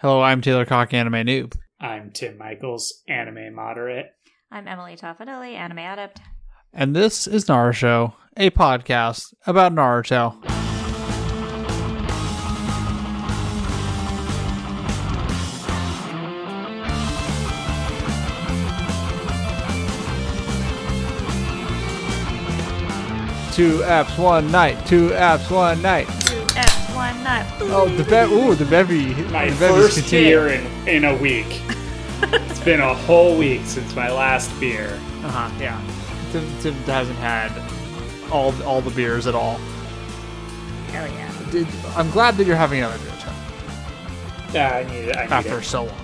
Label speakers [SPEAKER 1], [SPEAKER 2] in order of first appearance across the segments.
[SPEAKER 1] Hello, I'm Taylor Cock, anime noob.
[SPEAKER 2] I'm Tim Michaels, anime moderate.
[SPEAKER 3] I'm Emily Toffanelli, anime adept.
[SPEAKER 1] And this is Naruto, a podcast about Naruto. Two apps, one night. Two apps, one night.
[SPEAKER 3] F one nut.
[SPEAKER 1] Oh, the be- ooh, the bevy.
[SPEAKER 2] My
[SPEAKER 1] the bevy's
[SPEAKER 2] first
[SPEAKER 1] continuing.
[SPEAKER 2] beer in, in a week. it's been a whole week since my last beer.
[SPEAKER 1] Uh huh. Yeah. Tim, Tim hasn't had all all the beers at all.
[SPEAKER 3] Hell yeah.
[SPEAKER 1] Did, I'm glad that you're having another beer Tim,
[SPEAKER 2] Uh, I need it. I need
[SPEAKER 1] after
[SPEAKER 2] it.
[SPEAKER 1] so long.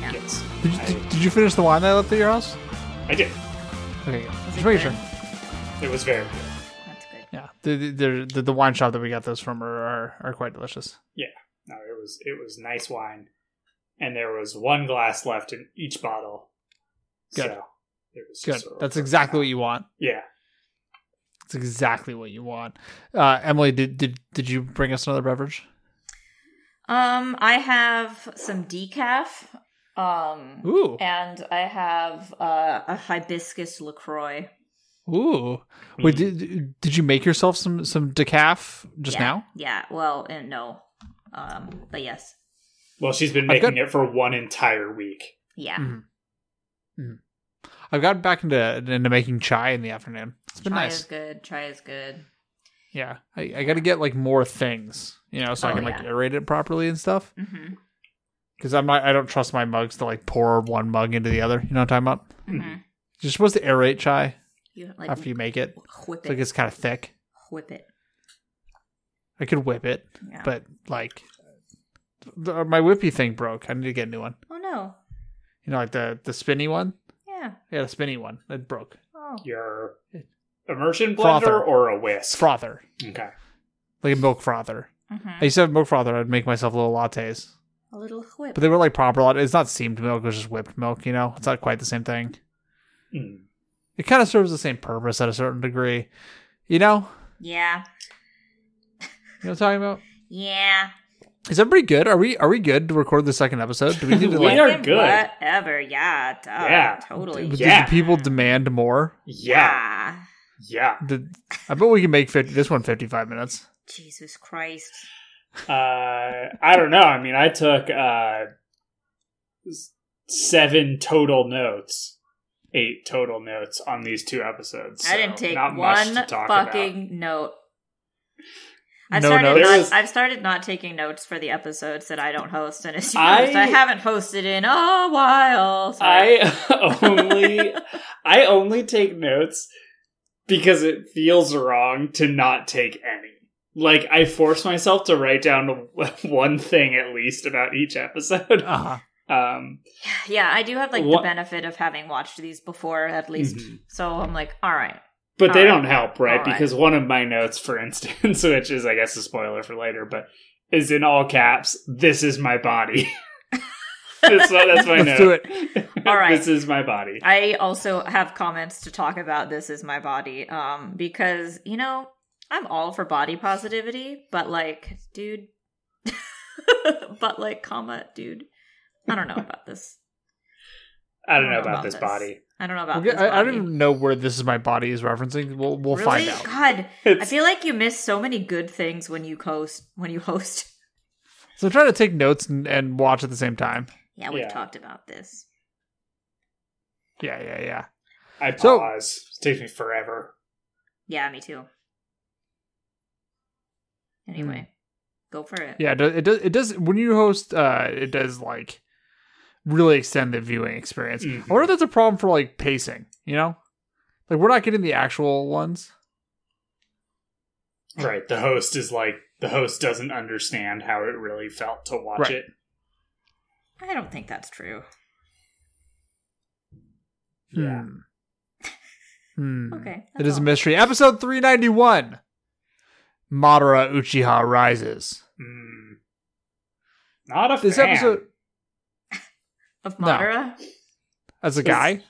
[SPEAKER 2] Yes.
[SPEAKER 1] Did you,
[SPEAKER 2] I-
[SPEAKER 1] did, did you finish the wine that I left at your house?
[SPEAKER 2] I did.
[SPEAKER 1] Okay, good.
[SPEAKER 3] Was
[SPEAKER 1] just
[SPEAKER 3] it
[SPEAKER 1] make sure.
[SPEAKER 3] good?
[SPEAKER 2] It was very good.
[SPEAKER 3] That's good.
[SPEAKER 1] Yeah, the, the- the, the the wine shop that we got those from are are, are quite delicious.
[SPEAKER 2] No, it was it was nice wine, and there was one glass left in each bottle.
[SPEAKER 1] Good.
[SPEAKER 2] So it was
[SPEAKER 1] Good.
[SPEAKER 2] just sort of-
[SPEAKER 1] That's exactly what you want.
[SPEAKER 2] Yeah.
[SPEAKER 1] That's exactly what you want. Uh, Emily, did did did you bring us another beverage?
[SPEAKER 3] Um, I have some decaf. Um,
[SPEAKER 1] Ooh,
[SPEAKER 3] and I have uh, a hibiscus Lacroix.
[SPEAKER 1] ooh. Wait, did did you make yourself some some decaf just
[SPEAKER 3] Yeah.
[SPEAKER 1] now?
[SPEAKER 3] Yeah. Well, and no. Um, but yes.
[SPEAKER 2] Well, she's been
[SPEAKER 1] I've got-
[SPEAKER 2] making it for one entire week.
[SPEAKER 3] Yeah.
[SPEAKER 1] Mhm. I've gotten back into into making chai in the afternoon. It's been
[SPEAKER 3] Chai
[SPEAKER 1] nice.
[SPEAKER 3] is good. Chai is good.
[SPEAKER 1] Yeah, I, I got to get like more things, you know, so I
[SPEAKER 3] Oh,
[SPEAKER 1] can like
[SPEAKER 3] yeah.
[SPEAKER 1] aerate it properly and stuff.
[SPEAKER 3] Mm-hmm.
[SPEAKER 1] Because I'm not, I don't trust my mugs to like pour one mug into the other. You know what I'm talking about?
[SPEAKER 3] Mm-hmm.
[SPEAKER 1] You're supposed to aerate chai
[SPEAKER 3] You like
[SPEAKER 1] after you make it.
[SPEAKER 3] whip
[SPEAKER 1] It's like
[SPEAKER 3] it,
[SPEAKER 1] it's kind of thick.
[SPEAKER 3] whip it.
[SPEAKER 1] I could whip it,
[SPEAKER 3] Yeah.
[SPEAKER 1] but like the, my whippy thing broke. I need to get a new one.
[SPEAKER 3] oh no.
[SPEAKER 1] You know, like the the spinny one.
[SPEAKER 3] Yeah.
[SPEAKER 1] Yeah, the spinny one that broke.
[SPEAKER 3] Oh.
[SPEAKER 2] Your immersion blender
[SPEAKER 1] Frother.
[SPEAKER 2] or a
[SPEAKER 1] It's
[SPEAKER 2] whisk?
[SPEAKER 1] frother,
[SPEAKER 2] Okay.
[SPEAKER 1] like a milk frother. I
[SPEAKER 3] Mm-hmm.
[SPEAKER 1] used to have milk frother. I'd make myself little lattes,
[SPEAKER 3] A little whip.
[SPEAKER 1] but they were like proper latte. It's not steamed milk. It was just whipped milk. You know, it's not quite the same thing.
[SPEAKER 2] Mm.
[SPEAKER 1] it kind of serves the same purpose at a certain degree. You know?
[SPEAKER 3] yeah.
[SPEAKER 1] You know what I'm talking about?
[SPEAKER 3] Yeah.
[SPEAKER 1] Is everybody good? Are we are we good to record the second episode? Do we need to
[SPEAKER 2] We
[SPEAKER 1] like
[SPEAKER 2] are good.
[SPEAKER 3] Whatever. Yeah. duh,
[SPEAKER 2] Yeah.
[SPEAKER 3] Totally.
[SPEAKER 1] did
[SPEAKER 2] Yeah.
[SPEAKER 1] the people demand more?
[SPEAKER 2] Yeah.
[SPEAKER 3] Ah,
[SPEAKER 2] Yeah.
[SPEAKER 1] Did, I bet we can make 50, this one 55 minutes.
[SPEAKER 3] Jesus Christ.
[SPEAKER 2] Uh, I don't know. I mean, I took uh, s- seven total notes, eight total notes on these two episodes.
[SPEAKER 3] I didn't
[SPEAKER 2] so
[SPEAKER 3] take
[SPEAKER 2] not much
[SPEAKER 3] one
[SPEAKER 2] to talk
[SPEAKER 3] fucking note. I've
[SPEAKER 1] No
[SPEAKER 3] started
[SPEAKER 1] notes?
[SPEAKER 2] There
[SPEAKER 3] not,
[SPEAKER 2] is-
[SPEAKER 3] I've started not taking notes for the episodes that I don't host, and as you
[SPEAKER 2] I-
[SPEAKER 3] noticed, I haven't hosted in a while.
[SPEAKER 2] about.
[SPEAKER 3] Sorry.
[SPEAKER 2] I only I only take notes because it feels wrong to not take any. Like I force myself to write down one thing at least about each episode.
[SPEAKER 1] Uh-huh.
[SPEAKER 3] Oh.
[SPEAKER 2] Um,
[SPEAKER 3] yeah, I do have like
[SPEAKER 2] What-
[SPEAKER 3] the benefit of having watched these before, at least.
[SPEAKER 2] Mhm.
[SPEAKER 3] So I'm like, all right,
[SPEAKER 2] But they
[SPEAKER 3] All right.
[SPEAKER 2] don't help, right?
[SPEAKER 3] All right.
[SPEAKER 2] Because one of my notes, for instance, which is, I guess, a spoiler for later, but is in all caps, this is my body. that's, my, that's my
[SPEAKER 1] Let's
[SPEAKER 2] note.
[SPEAKER 1] do it.
[SPEAKER 3] All right.
[SPEAKER 2] This is my body.
[SPEAKER 3] I also have comments to talk about this is my body um because you know I'm all for body positivity but like dude but like comma dude I don't know about this
[SPEAKER 2] I don't know about, this, body.
[SPEAKER 3] I don't know
[SPEAKER 1] We'll
[SPEAKER 3] about
[SPEAKER 1] get-
[SPEAKER 3] this
[SPEAKER 1] I, I don't
[SPEAKER 3] body.
[SPEAKER 1] even know where this is my body is referencing. We'll we'll
[SPEAKER 3] really?
[SPEAKER 1] find out.
[SPEAKER 3] God I
[SPEAKER 2] It's,
[SPEAKER 3] feel like you miss so many good things when you host when you host
[SPEAKER 1] So I'm trying to take notes and, and watch at the same time.
[SPEAKER 3] yeah we've
[SPEAKER 2] Yeah.
[SPEAKER 3] talked about this
[SPEAKER 1] Yeah, yeah, yeah.
[SPEAKER 2] I
[SPEAKER 1] so-
[SPEAKER 2] pause. it takes me forever.
[SPEAKER 3] yeah me too anyway go for it
[SPEAKER 1] Hmm. Yeah, it does, it does it does when you host uh it does like really extend the viewing experience.
[SPEAKER 2] Mhm.
[SPEAKER 1] I wonder if that's a problem for like pacing, you know? Like we're not getting the actual ones.
[SPEAKER 2] Right. The host is like, the host doesn't understand how it really felt to watch
[SPEAKER 1] Right.
[SPEAKER 2] it.
[SPEAKER 3] I don't think that's true
[SPEAKER 2] Yeah.
[SPEAKER 1] Hmm. Hmm.
[SPEAKER 3] okay
[SPEAKER 1] It
[SPEAKER 3] that's
[SPEAKER 1] is a
[SPEAKER 2] Oh.
[SPEAKER 3] all.
[SPEAKER 1] mystery. Episode 391. Madara Uchiha rises.
[SPEAKER 2] Mm. Not a
[SPEAKER 1] This
[SPEAKER 2] fan.
[SPEAKER 1] episode
[SPEAKER 3] of
[SPEAKER 1] No.
[SPEAKER 3] Madara
[SPEAKER 1] as a
[SPEAKER 2] This-
[SPEAKER 1] guy,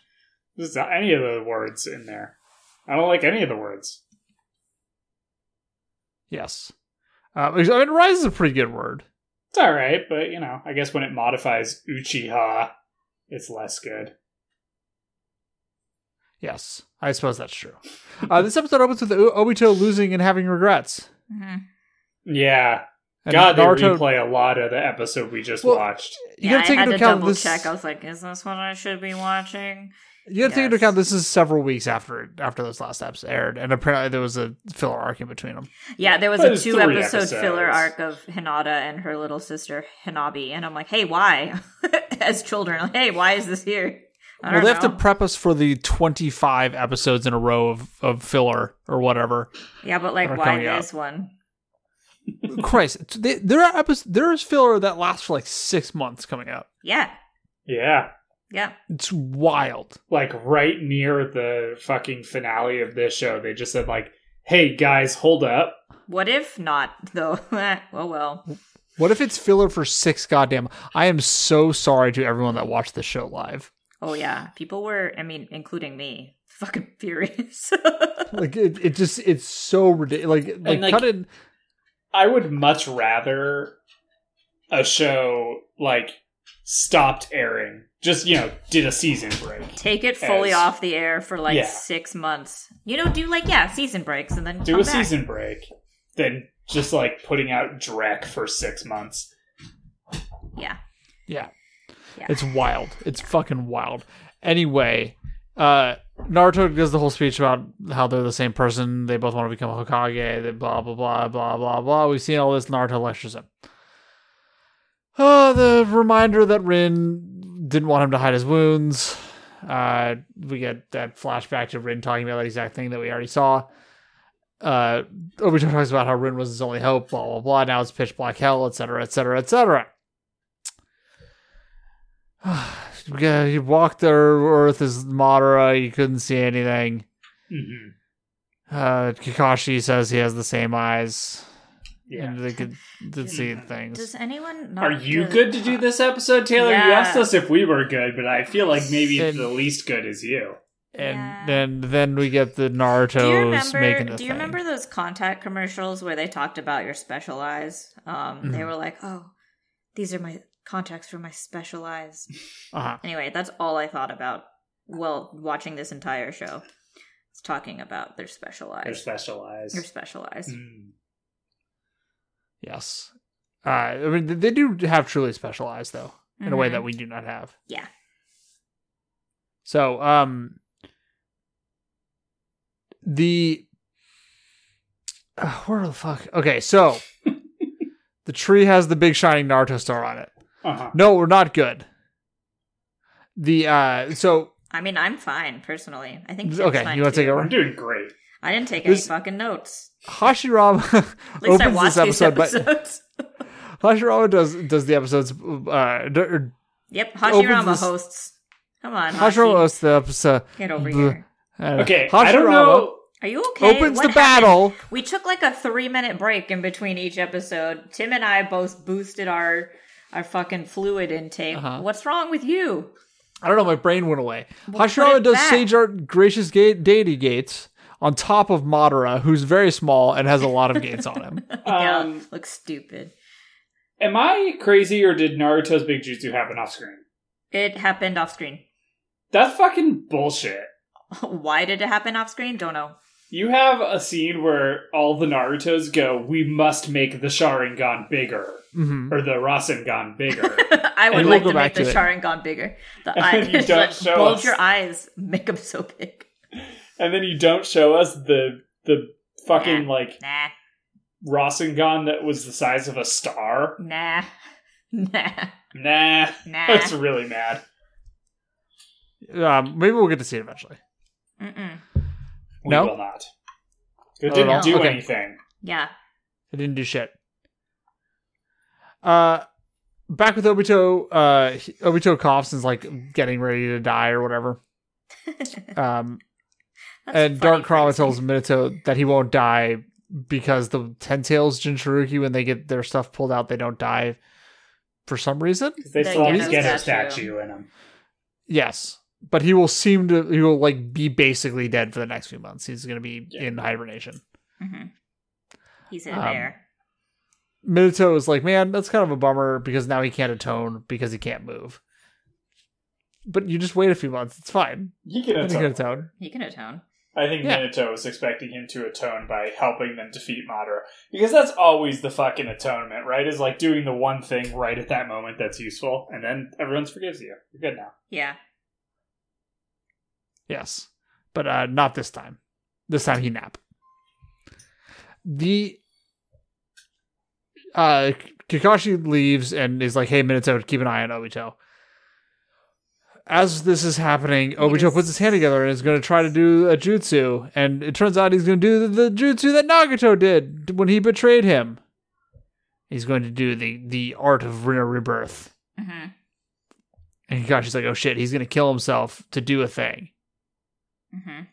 [SPEAKER 2] This is not any of the words in there. I don't like any of the words.
[SPEAKER 1] Uh, yes. Um, I mean, rise is a pretty good word.
[SPEAKER 2] It's all right, but you know, I guess when it modifies Uchiha, it's less good.
[SPEAKER 1] Yes, I suppose that's true. Uh, this episode opens with O- Obito losing and having regrets.
[SPEAKER 3] Mhm.
[SPEAKER 2] Yeah,
[SPEAKER 1] And
[SPEAKER 2] God, they
[SPEAKER 1] Naruto-
[SPEAKER 2] replay a lot of the episode we just
[SPEAKER 1] Well,
[SPEAKER 2] watched.
[SPEAKER 1] you
[SPEAKER 3] yeah,
[SPEAKER 1] gotta take
[SPEAKER 3] I had
[SPEAKER 1] into
[SPEAKER 3] to
[SPEAKER 1] account
[SPEAKER 3] double
[SPEAKER 1] this.
[SPEAKER 3] check. I was like, is this what I should be watching?
[SPEAKER 1] You gotta take into
[SPEAKER 3] Yes.
[SPEAKER 1] account this is several weeks after after those last eps aired, and apparently there was a filler arc in between them.
[SPEAKER 3] Yeah, there was
[SPEAKER 2] But
[SPEAKER 3] a
[SPEAKER 2] it's
[SPEAKER 3] two
[SPEAKER 2] three
[SPEAKER 3] episode filler
[SPEAKER 2] episodes.
[SPEAKER 3] arc of Hinata and her little sister Hanabi, and I'm like, hey, why? As children, like, hey, why is this here? I
[SPEAKER 1] Well,
[SPEAKER 3] don't
[SPEAKER 1] they have to
[SPEAKER 3] know.
[SPEAKER 1] prep us for the twenty-five episodes in a row of, of filler or whatever.
[SPEAKER 3] yeah, but like,
[SPEAKER 1] they're
[SPEAKER 3] why
[SPEAKER 1] coming out.
[SPEAKER 3] this one?
[SPEAKER 1] Christ, they, there are episodes. There is filler that lasts for like six months coming up.
[SPEAKER 3] Yeah,
[SPEAKER 2] Yeah,
[SPEAKER 3] yeah,
[SPEAKER 1] It's wild.
[SPEAKER 2] like right near the fucking finale of this show, they just said like, "Hey guys, hold up."
[SPEAKER 3] What if not though? oh well.
[SPEAKER 1] What if it's filler for six goddamn? I am so sorry to everyone that watched this show live.
[SPEAKER 3] Oh yeah, people were. I mean, including me, fucking furious.
[SPEAKER 1] Like it, it just it's so ridiculous. Like, like,
[SPEAKER 2] like-
[SPEAKER 1] cut in.
[SPEAKER 2] I would much rather a show like stopped airing, just you know, did a season break.
[SPEAKER 3] Take it fully
[SPEAKER 2] As-
[SPEAKER 3] off the air for like
[SPEAKER 2] Yeah.
[SPEAKER 3] six months. You know, do like yeah, season breaks and then
[SPEAKER 2] do
[SPEAKER 3] come
[SPEAKER 2] a
[SPEAKER 3] back.
[SPEAKER 2] season break than just like putting out Drek for six months.
[SPEAKER 3] Yeah,
[SPEAKER 1] Yeah.
[SPEAKER 3] Yeah.
[SPEAKER 1] It's wild. It's fucking wild. Anyway, uh Naruto does the whole speech about how they're the same person, they both want to become a Hokage, they blah blah blah blah blah blah. We've seen all this Naruto lectures him. Oh, the reminder that Rin didn't want him to hide his wounds. Uh we get that flashback to Rin talking about that exact thing that we already saw. Uh Obito talks about how Rin was his only hope, blah blah blah. Now it's pitch black hell, etc., etc., etc. yeah, he walked the earth as Madara. He couldn't see anything.
[SPEAKER 2] Mm-hmm.
[SPEAKER 1] Uh, Kakashi says he has the same eyes
[SPEAKER 2] Yeah.
[SPEAKER 1] and they could did see things.
[SPEAKER 3] does anyone? Not
[SPEAKER 2] Are you
[SPEAKER 3] do-
[SPEAKER 2] good to do this episode, Taylor? You
[SPEAKER 3] Yeah.
[SPEAKER 2] asked us if we were good, but I feel like maybe
[SPEAKER 1] And-
[SPEAKER 2] the least good is you.
[SPEAKER 1] and
[SPEAKER 3] Yeah.
[SPEAKER 1] then then we get the Naruto's
[SPEAKER 3] Do you remember?
[SPEAKER 1] making the
[SPEAKER 3] Do you
[SPEAKER 1] thing.
[SPEAKER 3] remember those contact commercials where they talked about your special eyes? Um, They
[SPEAKER 2] Mm-hmm.
[SPEAKER 1] Mhm.
[SPEAKER 3] were like, oh, these are my contacts for my special eyes.
[SPEAKER 1] uh-huh.
[SPEAKER 3] Anyway, that's all I thought about while watching this entire show. It's talking about their special
[SPEAKER 2] You're
[SPEAKER 3] eyes.
[SPEAKER 2] specialized.
[SPEAKER 3] Your special eyes.
[SPEAKER 2] Mm.
[SPEAKER 1] Yes. Uh, I mean, they- they do have truly special eyes, though, Mm. in a way
[SPEAKER 3] Mhm.
[SPEAKER 1] that we do not have.
[SPEAKER 3] Yeah.
[SPEAKER 1] So, um, the uh, where the fuck? Okay, so the tree has the big shining Naruto star on it.
[SPEAKER 2] Uh-huh.
[SPEAKER 1] No, we're not good. The uh, so
[SPEAKER 3] I mean, I'm fine personally. I think. Jim's
[SPEAKER 1] okay,
[SPEAKER 3] fine
[SPEAKER 1] you want to take
[SPEAKER 3] too.
[SPEAKER 2] I'm
[SPEAKER 1] over?
[SPEAKER 2] doing great.
[SPEAKER 3] I didn't take
[SPEAKER 1] This-
[SPEAKER 3] any fucking notes.
[SPEAKER 1] Hashirama
[SPEAKER 3] At least I
[SPEAKER 1] opens
[SPEAKER 3] watched
[SPEAKER 1] this episode,
[SPEAKER 3] these
[SPEAKER 1] but
[SPEAKER 3] episodes.
[SPEAKER 1] Hashirama does does the episodes. Uh, d- or
[SPEAKER 3] yep,
[SPEAKER 1] opens
[SPEAKER 3] Hashirama
[SPEAKER 1] this-
[SPEAKER 3] hosts. Come on, Hashi.
[SPEAKER 1] Hashirama does the episode.
[SPEAKER 3] Get over
[SPEAKER 1] Bleh.
[SPEAKER 3] here.
[SPEAKER 1] Uh,
[SPEAKER 2] Okay, I don't
[SPEAKER 1] Hashirama
[SPEAKER 2] know.
[SPEAKER 3] Are you okay?
[SPEAKER 1] opens
[SPEAKER 3] What
[SPEAKER 1] the
[SPEAKER 3] happened?
[SPEAKER 1] battle.
[SPEAKER 3] We took like a three minute break in between each episode. Tim and I both boosted our our fucking fluid intake.
[SPEAKER 1] Uh-huh.
[SPEAKER 3] What's wrong with you?
[SPEAKER 1] I don't know. My brain went away.
[SPEAKER 3] Well, put
[SPEAKER 1] Hashirama
[SPEAKER 3] it
[SPEAKER 1] does
[SPEAKER 3] back.
[SPEAKER 1] Sage Art Gracious Gate Deity Gates on top of Madara, who's very small and has a lot of gates on him.
[SPEAKER 3] yeah,
[SPEAKER 2] Um,
[SPEAKER 3] looks stupid.
[SPEAKER 2] Am I crazy or did Naruto's Big Jutsu happen off screen?
[SPEAKER 3] It happened off screen.
[SPEAKER 2] That's fucking bullshit.
[SPEAKER 3] Why did it happen off screen? Don't know.
[SPEAKER 2] You have a scene where all the Narutos go, we must make the Sharingan bigger,
[SPEAKER 1] hmm
[SPEAKER 2] or the Rasengan bigger.
[SPEAKER 3] I would
[SPEAKER 2] And
[SPEAKER 1] we'll
[SPEAKER 3] like
[SPEAKER 1] go
[SPEAKER 3] to
[SPEAKER 1] back
[SPEAKER 3] make
[SPEAKER 1] to
[SPEAKER 3] the
[SPEAKER 1] it.
[SPEAKER 3] Sharingan bigger. The
[SPEAKER 2] And
[SPEAKER 3] eyes,
[SPEAKER 2] you don't
[SPEAKER 3] like,
[SPEAKER 2] show
[SPEAKER 3] bulge
[SPEAKER 2] us.
[SPEAKER 3] your eyes, make them so big.
[SPEAKER 2] and then you don't show us the the fucking
[SPEAKER 3] Yeah.
[SPEAKER 2] like
[SPEAKER 3] Nah,
[SPEAKER 2] Rasengan that was the size of a star.
[SPEAKER 3] nah, nah,
[SPEAKER 2] Nah,
[SPEAKER 3] nah.
[SPEAKER 2] that's really mad.
[SPEAKER 1] Um, maybe we'll get to see it eventually.
[SPEAKER 3] Mm-mm.
[SPEAKER 2] We
[SPEAKER 1] No?
[SPEAKER 2] will not. It
[SPEAKER 1] Not at
[SPEAKER 2] didn't
[SPEAKER 1] all.
[SPEAKER 2] do
[SPEAKER 1] Okay.
[SPEAKER 2] anything.
[SPEAKER 3] Yeah,
[SPEAKER 1] It didn't do shit. Uh, back with Obito. Uh, he- Obito coughs and's like getting ready to die or whatever. Um,
[SPEAKER 3] That's
[SPEAKER 1] and
[SPEAKER 3] funny
[SPEAKER 1] Dark Krama
[SPEAKER 3] phrasing.
[SPEAKER 1] tells Minato that he won't die because the Ten Tails Jinchurugi, when they get their stuff pulled out, they don't die for some reason.
[SPEAKER 2] 'Cause They
[SPEAKER 3] The
[SPEAKER 2] still have
[SPEAKER 1] Genos
[SPEAKER 2] his Genos
[SPEAKER 3] statue.
[SPEAKER 2] statue in them.
[SPEAKER 1] Yes, but he will seem to he will like be basically dead for the next few months. He's going to be
[SPEAKER 2] Yeah.
[SPEAKER 1] in hibernation.
[SPEAKER 3] Mhm. Mm-hmm. He's in
[SPEAKER 1] Um,
[SPEAKER 3] there.
[SPEAKER 1] Minato is like, man, that's kind of a bummer because now he can't atone because he can't move. But you just wait a few months; it's fine.
[SPEAKER 2] He can
[SPEAKER 1] Then he can
[SPEAKER 2] atone.
[SPEAKER 1] atone.
[SPEAKER 3] He can atone.
[SPEAKER 2] I think
[SPEAKER 1] Yeah.
[SPEAKER 2] Minato was expecting him to atone by helping them defeat Madara. Because that's always the fucking atonement, right? Is like doing the one thing right at that moment that's useful, and then everyone forgives you. You're good now.
[SPEAKER 3] Yeah.
[SPEAKER 1] Yes, but uh, not this time. This time he nap. The uh, Kakashi leaves and is like, "Hey, Minato, keep an eye on Obito." As this is happening, Obito
[SPEAKER 3] Yes.
[SPEAKER 1] puts his hand together and is going to try to do a jutsu, and it turns out he's going to do the, the jutsu that Nagato did when he betrayed him. He's going to do the the art of Rina rebirth.
[SPEAKER 3] hmm
[SPEAKER 1] And Kakashi's like, oh shit, he's gonna kill himself to do a thing.
[SPEAKER 3] hmm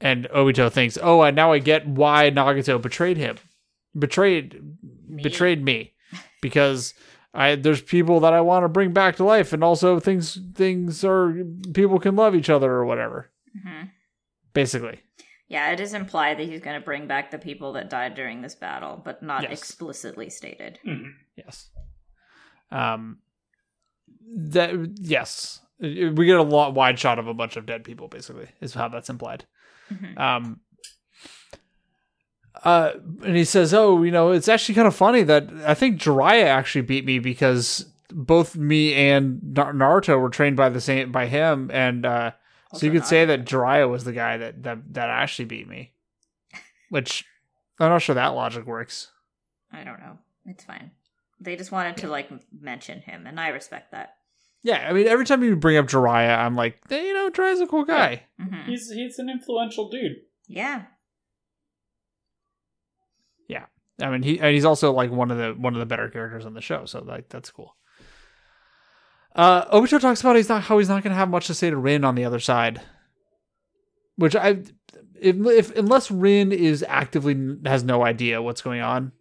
[SPEAKER 1] And Obito thinks, oh, I now I get why Nagato betrayed him, betrayed, betrayed me, because I there's people that I want to bring back to life, and also things things are people can love each other or whatever.
[SPEAKER 3] hmm
[SPEAKER 1] Basically,
[SPEAKER 3] Yeah, it is implied that he's going to bring back the people that died during this battle, but not
[SPEAKER 1] Yes.
[SPEAKER 3] explicitly stated.
[SPEAKER 2] Mm-hmm.
[SPEAKER 1] yes. Um, that yes, we get a lot wide shot of a bunch of dead people. Basically, is how that's implied.
[SPEAKER 3] Mhm.
[SPEAKER 1] Um, uh, and he says, "Oh, you know, it's actually kind of funny that I think Jiraiya actually beat me because both me and Na- Naruto were trained by the same by him, and uh, so
[SPEAKER 3] Also
[SPEAKER 1] you could
[SPEAKER 3] not-
[SPEAKER 1] say that Jiraiya was the guy that that that actually beat me." Which I'm not sure that logic works.
[SPEAKER 3] I don't know. It's fine. They just wanted to like m- mention him, and I respect that.
[SPEAKER 1] Yeah, I mean, every time you bring up Jiraiya, I'm like, hey, you know, Jiraiya's a cool guy.
[SPEAKER 3] hmm
[SPEAKER 2] He's he's an influential dude.
[SPEAKER 3] Yeah.
[SPEAKER 1] I mean, he and he's also like one of the one of the better characters on the show, so like that's cool. Uh, Obito talks about he's not how he's not going to have much to say to Rin on the other side, which I, if, if unless Rin is actively has no idea what's going on,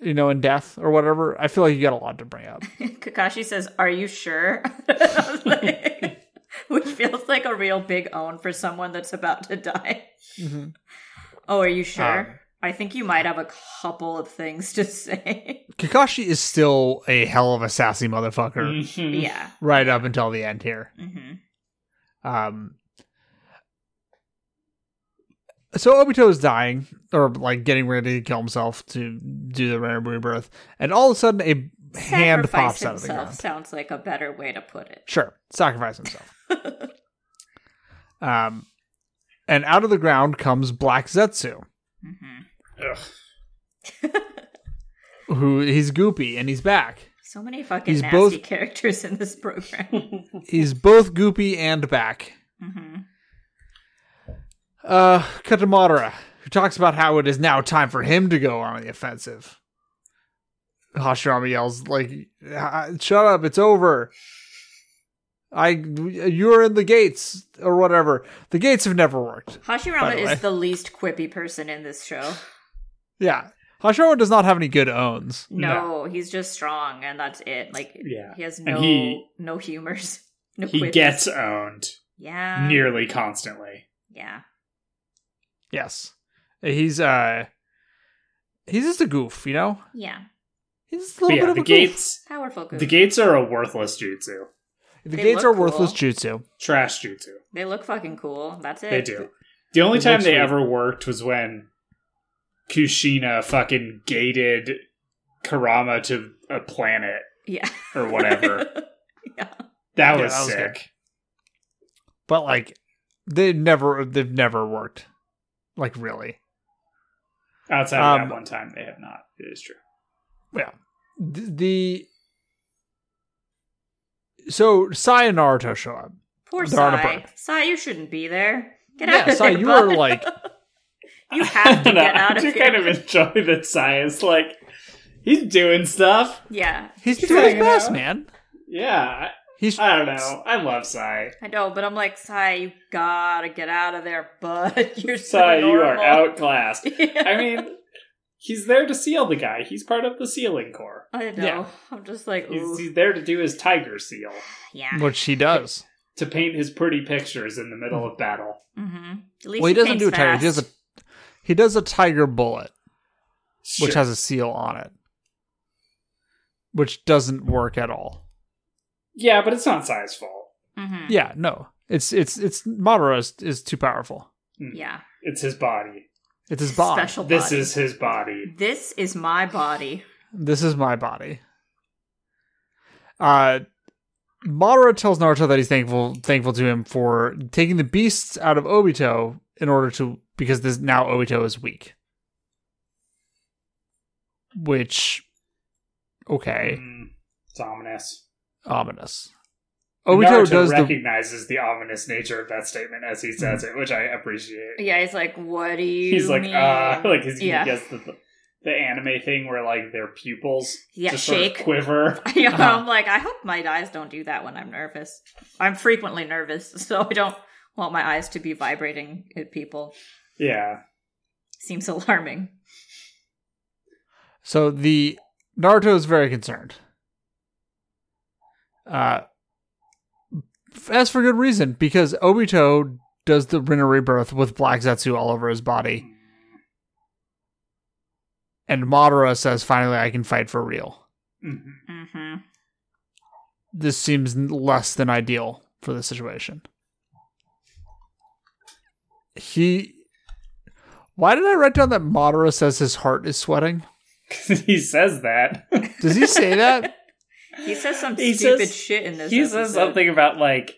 [SPEAKER 1] you know, in death or whatever, I feel like you got a lot to bring up.
[SPEAKER 3] Kakashi says, "Are you sure?" I was like- Which feels like a real big own for someone that's about to die. Oh, are you sure?
[SPEAKER 1] Mm-hmm. Um,
[SPEAKER 3] I think you might have a couple of things to say.
[SPEAKER 1] Kakashi is still a hell of a sassy motherfucker
[SPEAKER 2] Mhm.
[SPEAKER 3] yeah.
[SPEAKER 1] right up until the end here.
[SPEAKER 3] hmm
[SPEAKER 1] Um, so Obito is dying, or like getting ready to kill himself to do the random rebirth, and all of a sudden a hand pops out of the ground.
[SPEAKER 3] sounds like a better way to put it.
[SPEAKER 1] Sure, sacrifice himself. um, and out of the ground comes Black Zetsu,
[SPEAKER 3] hmm
[SPEAKER 2] Ugh.
[SPEAKER 1] who he's goopy and he's back.
[SPEAKER 3] So many fucking
[SPEAKER 1] He's
[SPEAKER 3] nasty
[SPEAKER 1] both-
[SPEAKER 3] characters in this program.
[SPEAKER 1] He's both goopy and back.
[SPEAKER 3] hmm
[SPEAKER 1] Uh, Katamadara, who talks about how it is now time for him to go on the offensive. Hashirama yells, like, "Ah, shut up, it's over. I, you're in the gates, or whatever. The gates have never worked. By
[SPEAKER 3] Hashirama
[SPEAKER 1] the way.
[SPEAKER 3] is the least quippy person in this show.
[SPEAKER 1] Yeah. Hashirama does not have any good owns.
[SPEAKER 3] No, he's just strong, and that's it. Like,
[SPEAKER 2] Yeah.
[SPEAKER 3] he has
[SPEAKER 2] And
[SPEAKER 3] no
[SPEAKER 2] he-
[SPEAKER 3] no humors. No
[SPEAKER 2] He
[SPEAKER 3] quippiness.
[SPEAKER 2] gets owned
[SPEAKER 3] yeah,
[SPEAKER 2] nearly constantly.
[SPEAKER 3] yeah,
[SPEAKER 1] Yes. He's, uh, he's just a goof, you know?
[SPEAKER 3] yeah.
[SPEAKER 1] He's just a
[SPEAKER 2] But
[SPEAKER 1] little bit
[SPEAKER 2] yeah,
[SPEAKER 1] of
[SPEAKER 2] the
[SPEAKER 1] a goof.
[SPEAKER 2] gates
[SPEAKER 3] Powerful. Goof.
[SPEAKER 2] the gates are a worthless jutsu.
[SPEAKER 1] The
[SPEAKER 3] They
[SPEAKER 1] gates are
[SPEAKER 3] look
[SPEAKER 1] worthless
[SPEAKER 3] cool.
[SPEAKER 1] jutsu.
[SPEAKER 2] Trash jutsu.
[SPEAKER 3] they look fucking cool. That's it.
[SPEAKER 2] They do. The only
[SPEAKER 1] It
[SPEAKER 2] time
[SPEAKER 1] looks
[SPEAKER 2] they
[SPEAKER 1] weird.
[SPEAKER 2] ever worked was when Kushina fucking gated Karama to a planet
[SPEAKER 3] Yeah.
[SPEAKER 2] or whatever. That
[SPEAKER 1] Yeah,
[SPEAKER 2] was,
[SPEAKER 1] that was
[SPEAKER 2] sick.
[SPEAKER 1] But, like, they never, they've never worked. Like, really.
[SPEAKER 2] Outside of
[SPEAKER 1] Um,
[SPEAKER 2] that one time, they have not. It is true.
[SPEAKER 1] Th- the so Sai and Naruto show up.
[SPEAKER 3] Poor
[SPEAKER 1] They're on a
[SPEAKER 3] Sai.
[SPEAKER 1] break.
[SPEAKER 3] Sai, you shouldn't be there. Get
[SPEAKER 1] Yeah,
[SPEAKER 3] out of
[SPEAKER 1] Sai,
[SPEAKER 3] there,
[SPEAKER 1] you
[SPEAKER 3] bud.
[SPEAKER 1] are, like-
[SPEAKER 3] you have to
[SPEAKER 2] And I-
[SPEAKER 3] get out
[SPEAKER 2] I
[SPEAKER 3] of
[SPEAKER 2] do
[SPEAKER 3] here.
[SPEAKER 2] kind of enjoy that Sai is like, he's doing stuff.
[SPEAKER 3] yeah,
[SPEAKER 1] He's
[SPEAKER 2] He's
[SPEAKER 1] doing his
[SPEAKER 2] hanging
[SPEAKER 1] best,
[SPEAKER 2] out.
[SPEAKER 1] man.
[SPEAKER 2] Yeah,
[SPEAKER 1] He's
[SPEAKER 3] Uh,
[SPEAKER 2] I, I don't know. I love Sai.
[SPEAKER 3] I know, but I'm like, Sai, you gotta get out of there, bud. You're so
[SPEAKER 2] Sai, you are
[SPEAKER 3] normal."
[SPEAKER 2] outclassed.
[SPEAKER 3] Yeah.
[SPEAKER 2] I mean, he's there to seal the guy. He's part of the sealing corps.
[SPEAKER 3] I know.
[SPEAKER 1] Yeah.
[SPEAKER 3] I'm just like, ooh,
[SPEAKER 2] He's, he's there to do his tiger seal,
[SPEAKER 3] yeah.
[SPEAKER 1] which he does.
[SPEAKER 2] to paint his pretty pictures in the middle of battle.
[SPEAKER 3] Mm-hmm. At least
[SPEAKER 1] Well, he doesn't
[SPEAKER 3] paints
[SPEAKER 1] do a tiger. He does a
[SPEAKER 3] fast.
[SPEAKER 1] he does a tiger bullet, which
[SPEAKER 2] Sure.
[SPEAKER 1] has a seal on it. which doesn't work at all.
[SPEAKER 2] Yeah, but it's not Sai's fault.
[SPEAKER 3] Mm-hmm.
[SPEAKER 1] Yeah, no, it's it's it's Madara is, is too powerful.
[SPEAKER 3] Yeah.
[SPEAKER 2] It's his body.
[SPEAKER 1] It's his body.
[SPEAKER 3] Special
[SPEAKER 2] This
[SPEAKER 3] body.
[SPEAKER 2] is his body.
[SPEAKER 3] This is my body.
[SPEAKER 1] This is my body. Uh, Madara tells Naruto that he's thankful thankful to him for taking the beasts out of Obito in order to because this now Obito is weak. Which, okay,
[SPEAKER 2] Mm, it's ominous.
[SPEAKER 1] ominous. Obito
[SPEAKER 2] Naruto
[SPEAKER 1] does the Mm.
[SPEAKER 2] recognizes the ominous nature of that statement as he says it, which I appreciate.
[SPEAKER 3] Yeah, he's like, what do you
[SPEAKER 2] He's like,
[SPEAKER 3] mean?
[SPEAKER 2] uh, like his,
[SPEAKER 3] Yeah.
[SPEAKER 2] he gets the, the anime thing where like their pupils
[SPEAKER 3] Yeah,
[SPEAKER 2] just sort
[SPEAKER 3] shake.
[SPEAKER 2] of quiver.
[SPEAKER 3] yeah,
[SPEAKER 1] Uh-huh.
[SPEAKER 3] I'm like, I hope my eyes don't do that when I'm nervous. I'm frequently nervous, so I don't want my eyes to be vibrating at people.
[SPEAKER 2] Yeah,
[SPEAKER 3] Seems alarming.
[SPEAKER 1] So the Naruto is very concerned. Uh, f- as for good reason, because Obito does the Rinna rebirth with Black Zetsu all over his body, and Madara says, "Finally, I can fight for real."
[SPEAKER 2] Mhm.
[SPEAKER 3] Mm-hmm.
[SPEAKER 1] This seems n- less than ideal for the situation. He. Why did I write down that Madara says his heart is sweating?
[SPEAKER 2] he says that.
[SPEAKER 1] Does he say that?
[SPEAKER 3] He says some
[SPEAKER 2] He
[SPEAKER 3] stupid
[SPEAKER 2] says-
[SPEAKER 3] shit in this.
[SPEAKER 2] he says
[SPEAKER 3] episode.
[SPEAKER 2] something about like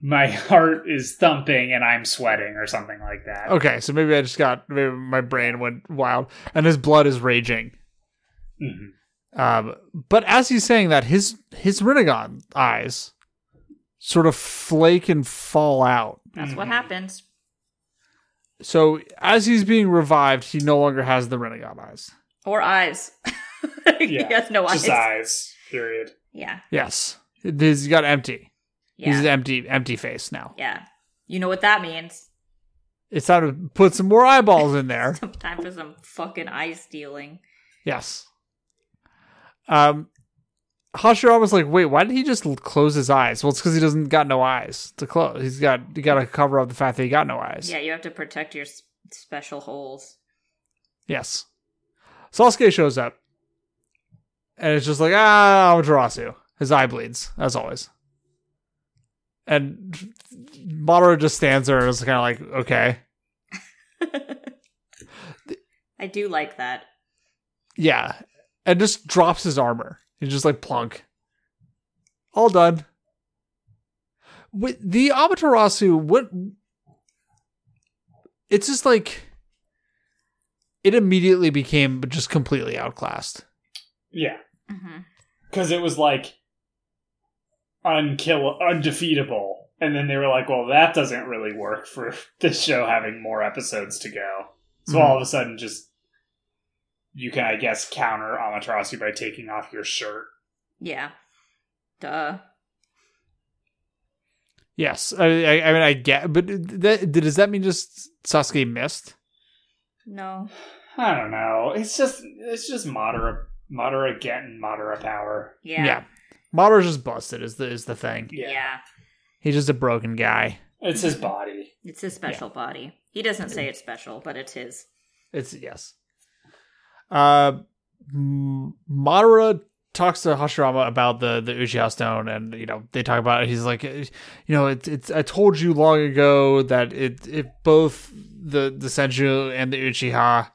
[SPEAKER 2] my heart is thumping and I'm sweating or something like that.
[SPEAKER 1] Okay, so maybe I just got maybe my brain went wild, and his blood is raging.
[SPEAKER 2] Mhm.
[SPEAKER 1] Um, but as he's saying that, his his Rinnegan eyes sort of flake and fall out.
[SPEAKER 3] That's what
[SPEAKER 2] Mhm.
[SPEAKER 3] happens.
[SPEAKER 1] So as he's being revived, he no longer has the Rinnegan eyes.
[SPEAKER 3] Or eyes. he
[SPEAKER 2] Yeah,
[SPEAKER 3] has no eyes.
[SPEAKER 2] Just eyes. Period.
[SPEAKER 3] Yeah.
[SPEAKER 1] Yes, he's got empty.
[SPEAKER 3] Yeah.
[SPEAKER 1] He's an empty empty face now.
[SPEAKER 3] yeah. You know what that means.
[SPEAKER 1] It's time to put some more eyeballs in there.
[SPEAKER 3] Some time for some fucking eye stealing.
[SPEAKER 1] Yes. Um, Hashirama's like, wait, why did he just l- close his eyes? Well, it's because he doesn't got no eyes to close. He's got he got to cover up the fact that he got no eyes.
[SPEAKER 3] Yeah, you have to protect your s- special holes.
[SPEAKER 1] Yes. Sasuke shows up, and it's just like ah, Amaterasu. His eye bleeds as always, and Madara just stands there and is kind of like, okay,
[SPEAKER 3] I do like that.
[SPEAKER 1] yeah, and just drops his armor. He's just like plunk. All done. With the Amaterasu, what? It's just like it immediately became just completely outclassed.
[SPEAKER 2] Yeah,
[SPEAKER 3] hmm
[SPEAKER 2] because it was like unkill, undefeatable, and then they were like, "Well, that doesn't really work for this show having more episodes to go." So
[SPEAKER 1] Mm-hmm.
[SPEAKER 2] all of a sudden, just you can, I guess, counter Amaterasu by taking off your shirt.
[SPEAKER 3] Yeah. Duh.
[SPEAKER 1] Yes, I, I, I mean I get, but that, does that mean just Sasuke missed?
[SPEAKER 3] No.
[SPEAKER 2] I don't know. It's just it's just Madara, Madara getting Madara power.
[SPEAKER 3] Yeah.
[SPEAKER 1] Madara's just busted is the is the thing.
[SPEAKER 3] Yeah.
[SPEAKER 1] He's just a broken guy.
[SPEAKER 2] It's his body.
[SPEAKER 3] It's his special body. He doesn't say it's special, but it's his.
[SPEAKER 1] It's yes. Uh, M- Madara talks to Hashirama about the the Uchiha stone, and you know they talk about it. He's like, eh, you know, it's it's. I told you long ago that it if both the the Senju and the Uchiha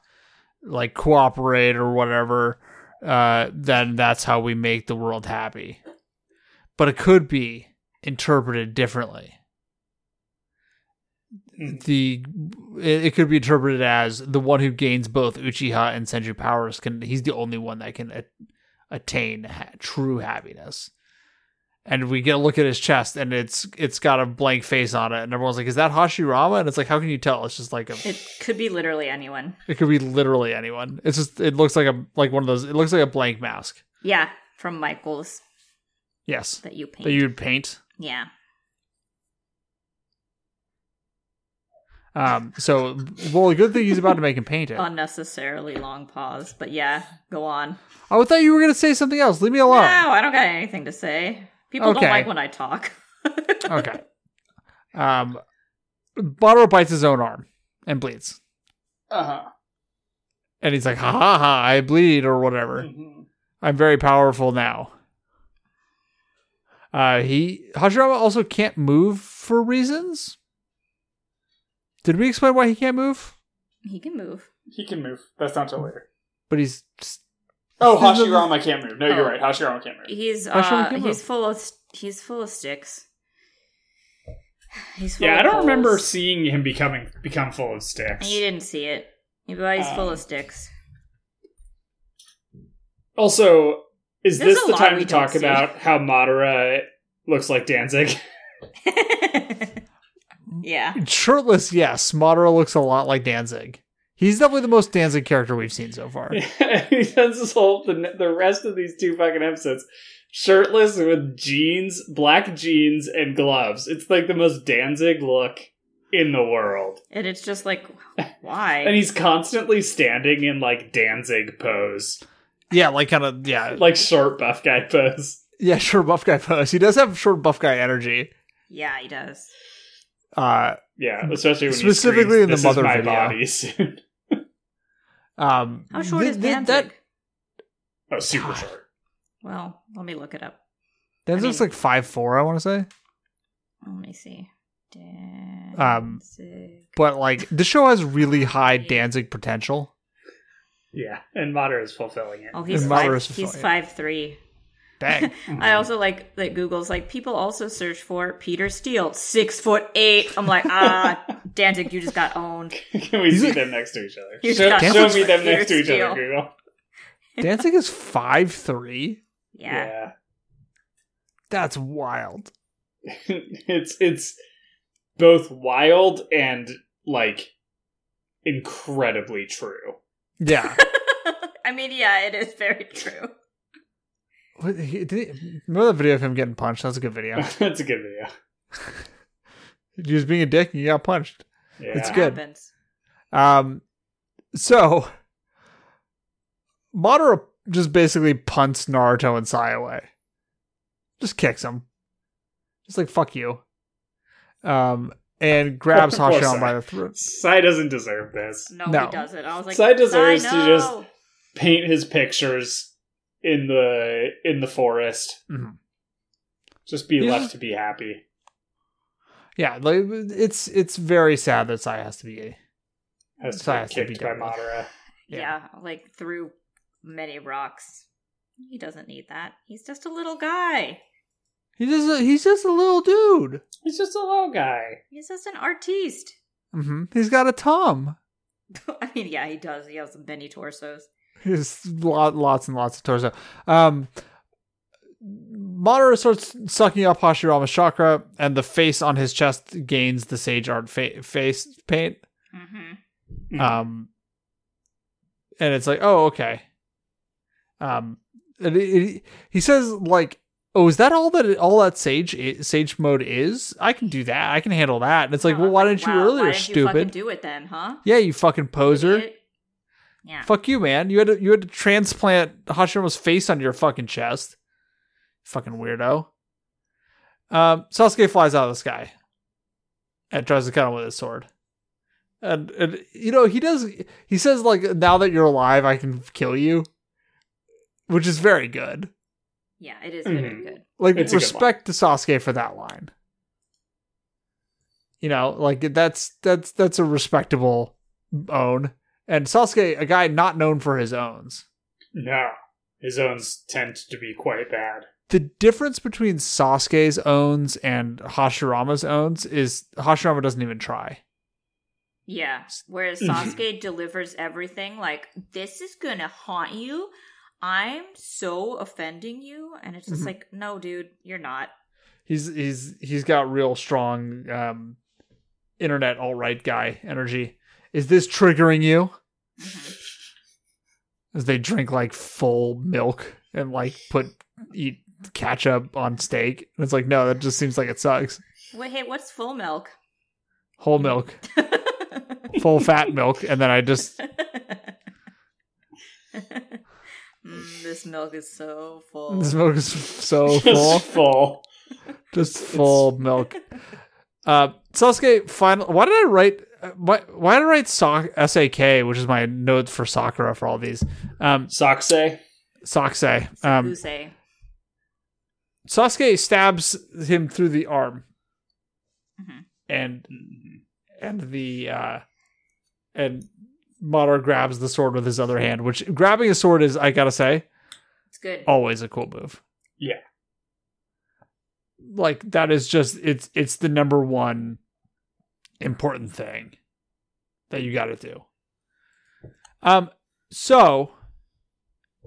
[SPEAKER 1] like cooperate or whatever, uh, then that's how we make the world happy. But it could be interpreted differently
[SPEAKER 2] Mhm.
[SPEAKER 1] the it it could be interpreted as the one who gains both Uchiha and Senju powers can he's the only one that can a- attain ha- true happiness. And we get a look at his chest, and it's it's got a blank face on it, and everyone's like, "Is that Hashirama?" And it's like, "How can you tell?" It's just like a,
[SPEAKER 3] It could be literally anyone.
[SPEAKER 1] it could be literally anyone. It's just it looks like a like one of those. It looks like a blank mask.
[SPEAKER 3] Yeah. From Michael's
[SPEAKER 1] Yes,
[SPEAKER 3] that you paint.
[SPEAKER 1] that you'd paint.
[SPEAKER 3] yeah.
[SPEAKER 1] Um, so well, a good thing he's about to make him paint it.
[SPEAKER 3] Unnecessarily long pause, but yeah, go on.
[SPEAKER 1] Oh, I thought you were gonna say something else. Leave me alone.
[SPEAKER 3] No, I don't got anything to say. People
[SPEAKER 1] Okay.
[SPEAKER 3] don't like when I talk.
[SPEAKER 1] okay. Um, Bottle bites his own arm and bleeds,
[SPEAKER 2] Uh huh.
[SPEAKER 1] and he's like, "Ha ha ha! I bleed," or whatever.
[SPEAKER 2] Mhm.
[SPEAKER 1] I'm very powerful now. Uh, he Hashirama also can't move for reasons. Did we explain why he can't move?
[SPEAKER 3] He can move.
[SPEAKER 2] He can move. That's not till later.
[SPEAKER 1] But he's
[SPEAKER 2] Oh, Hashirama can't move. No, you're right. Hashirama can't move.
[SPEAKER 3] He's
[SPEAKER 1] How shall we
[SPEAKER 3] uh,
[SPEAKER 1] keep
[SPEAKER 3] he's
[SPEAKER 1] him?
[SPEAKER 3] full of he's full of sticks. He's full
[SPEAKER 2] Yeah,
[SPEAKER 3] of
[SPEAKER 2] I don't
[SPEAKER 3] poles.
[SPEAKER 2] remember seeing him becoming become full of sticks.
[SPEAKER 3] You didn't see it. But he's full
[SPEAKER 2] Um,
[SPEAKER 3] of sticks.
[SPEAKER 2] Also, is
[SPEAKER 3] There's
[SPEAKER 2] this
[SPEAKER 3] a
[SPEAKER 2] the
[SPEAKER 3] lot
[SPEAKER 2] time
[SPEAKER 3] we
[SPEAKER 2] to talk
[SPEAKER 3] don't see.
[SPEAKER 2] about how Madara looks like Danzig?
[SPEAKER 1] Mm.
[SPEAKER 3] yeah.
[SPEAKER 1] shirtless. Yes, Madara looks a lot like Danzig. He's definitely the most Danzig character we've seen so far.
[SPEAKER 2] he spends this whole the, the rest of these two fucking episodes shirtless with jeans, black jeans, and gloves. It's like the most Danzig look in the world,
[SPEAKER 3] And it's just like why?
[SPEAKER 2] and he's constantly standing in like Danzig pose,
[SPEAKER 1] Yeah, like kind of yeah,
[SPEAKER 2] like short buff guy pose.
[SPEAKER 1] yeah, short buff guy pose. He does have short buff guy energy.
[SPEAKER 3] yeah, he does.
[SPEAKER 1] Uh,
[SPEAKER 2] Yeah, especially when he
[SPEAKER 1] Specifically
[SPEAKER 2] screams,
[SPEAKER 1] in the
[SPEAKER 2] "This is
[SPEAKER 1] mother
[SPEAKER 2] my
[SPEAKER 1] video.
[SPEAKER 2] body soon."
[SPEAKER 1] um,
[SPEAKER 3] How short
[SPEAKER 1] thi-
[SPEAKER 3] is
[SPEAKER 1] thi-
[SPEAKER 3] Danzig?
[SPEAKER 1] That,
[SPEAKER 2] oh, super
[SPEAKER 1] God.
[SPEAKER 2] short.
[SPEAKER 3] Well, let me look it up.
[SPEAKER 1] Danzig's
[SPEAKER 3] I mean-
[SPEAKER 1] like five four, I want to say.
[SPEAKER 3] Let me see. Danzig.
[SPEAKER 1] Um, But like the show has really high Danzig potential.
[SPEAKER 2] Yeah, and Madara is fulfilling it.
[SPEAKER 3] oh, he's
[SPEAKER 1] and
[SPEAKER 3] five,
[SPEAKER 1] Madara's
[SPEAKER 3] he's
[SPEAKER 1] fine.
[SPEAKER 3] five three.
[SPEAKER 1] Dang.
[SPEAKER 2] Hmm.
[SPEAKER 3] I also like that Google's like people also search for Peter Steele, six foot eight. I'm like, ah, Danzig, you just got owned.
[SPEAKER 2] Can we
[SPEAKER 1] He's
[SPEAKER 2] see
[SPEAKER 1] like-
[SPEAKER 2] them next to each other?
[SPEAKER 3] He's
[SPEAKER 2] Show,
[SPEAKER 3] got
[SPEAKER 2] show
[SPEAKER 1] such
[SPEAKER 2] me them next to
[SPEAKER 3] weird
[SPEAKER 2] each other,
[SPEAKER 3] skill.
[SPEAKER 2] Google.
[SPEAKER 1] Danzig is five three.
[SPEAKER 3] Yeah.
[SPEAKER 1] That's wild.
[SPEAKER 2] it's it's both wild and like incredibly true.
[SPEAKER 1] Yeah.
[SPEAKER 3] I mean, yeah, it is very true.
[SPEAKER 1] What- he- did he- remember that video of him getting punched? That was a good video.
[SPEAKER 2] That's a good video.
[SPEAKER 1] he was being a dick and he got punched.
[SPEAKER 2] Yeah.
[SPEAKER 1] It's
[SPEAKER 3] It
[SPEAKER 1] good.
[SPEAKER 3] happens.
[SPEAKER 1] Um, so Madara just basically punts Naruto and Sai away. Just kicks him. Just like fuck you. Um, and grabs
[SPEAKER 2] Poor
[SPEAKER 1] Hashirama
[SPEAKER 2] Sai.
[SPEAKER 1] by the throat.
[SPEAKER 2] Sai doesn't deserve this.
[SPEAKER 3] No,
[SPEAKER 1] No.
[SPEAKER 3] he doesn't. I was like,
[SPEAKER 2] Sai
[SPEAKER 3] Sai
[SPEAKER 2] deserves to
[SPEAKER 3] no.
[SPEAKER 2] just- Paint his pictures in the in the forest.
[SPEAKER 1] Mhm.
[SPEAKER 2] Just be
[SPEAKER 1] He's
[SPEAKER 2] left
[SPEAKER 1] just-
[SPEAKER 2] to be happy.
[SPEAKER 1] Yeah, like it's it's very sad that Sai has to be.
[SPEAKER 2] Has to
[SPEAKER 1] Sai
[SPEAKER 2] be
[SPEAKER 1] has to be
[SPEAKER 2] kicked by
[SPEAKER 1] done with.
[SPEAKER 2] Madara.
[SPEAKER 1] Yeah.
[SPEAKER 3] yeah. like through many rocks. He doesn't need that. He's just a little guy.
[SPEAKER 1] He's just a, he's just a little dude.
[SPEAKER 2] He's just a low guy.
[SPEAKER 3] He's just an artiste.
[SPEAKER 1] hmm He's got a tom.
[SPEAKER 3] I mean, yeah, he does. He has many torsos.
[SPEAKER 1] He's lot, lots and lots of torso. Um, Madara starts sucking up Hashirama's chakra, and the face on his chest gains the sage art fa- face paint.
[SPEAKER 3] hmm
[SPEAKER 1] Um, and it's like, oh, okay. Um, and it- it- he says like, oh, is that all that all that sage i- sage mode is? I can do that. I can handle that. And it's like,
[SPEAKER 3] Oh,
[SPEAKER 1] well, why didn't you
[SPEAKER 3] wow,
[SPEAKER 1] earlier,
[SPEAKER 3] why didn't You fucking
[SPEAKER 1] stupid?
[SPEAKER 3] do it then, huh?
[SPEAKER 1] yeah, you fucking poser.
[SPEAKER 3] Idiot. Yeah.
[SPEAKER 1] Fuck you, man. You had to you had to transplant Hashirama's face onto your fucking chest. Fucking weirdo. Um, Sasuke flies out of the sky and tries to cut him with his sword. And, and you know he does. He says like, "Now that you're alive, I can kill you," which is very good.
[SPEAKER 3] Yeah, it is
[SPEAKER 2] Mhm.
[SPEAKER 1] Mm-hmm.
[SPEAKER 3] very good.
[SPEAKER 1] Like
[SPEAKER 2] It's a good
[SPEAKER 1] respect to Sasuke for that line. You know, like that's that's that's a respectable own. And Sasuke, a guy not known for his owns.
[SPEAKER 2] No. His owns tend to be quite bad.
[SPEAKER 1] the difference between Sasuke's owns and Hashirama's owns is Hashirama doesn't even try.
[SPEAKER 3] Yeah. Whereas
[SPEAKER 1] Mm-hmm.
[SPEAKER 3] Sasuke delivers everything like, this is gonna haunt you. I'm so offending you. And it's just
[SPEAKER 1] Mhm.
[SPEAKER 3] like, no, dude, you're not.
[SPEAKER 1] He's he's he's got real strong um, internet alt right guy energy. Is this triggering you?
[SPEAKER 3] Mhm.
[SPEAKER 1] As they drink like full milk and like put eat ketchup on steak, and it's like no, that just seems like it sucks.
[SPEAKER 3] Wait, hey, what's full milk?
[SPEAKER 1] Whole milk, full fat milk, and then I just
[SPEAKER 3] Mm, this milk is so full.
[SPEAKER 1] this milk is so full,
[SPEAKER 2] Just full.
[SPEAKER 1] just full milk. Uh, Sasuke final. Why did I write? uh, Why why did I write so- SAK, which is my note for Sakura for all these? Um,
[SPEAKER 2] Socks say?
[SPEAKER 1] Sakusei. Um,
[SPEAKER 3] Usei.
[SPEAKER 1] Sasuke stabs him through the arm,
[SPEAKER 3] Mhm.
[SPEAKER 1] and and the uh, and Madara grabs the sword with his other hand. Which grabbing a sword is, I gotta say,
[SPEAKER 3] It's good.
[SPEAKER 1] always a cool move.
[SPEAKER 2] Yeah.
[SPEAKER 1] Like that is just it's it's the number one important thing that you got to do. Um so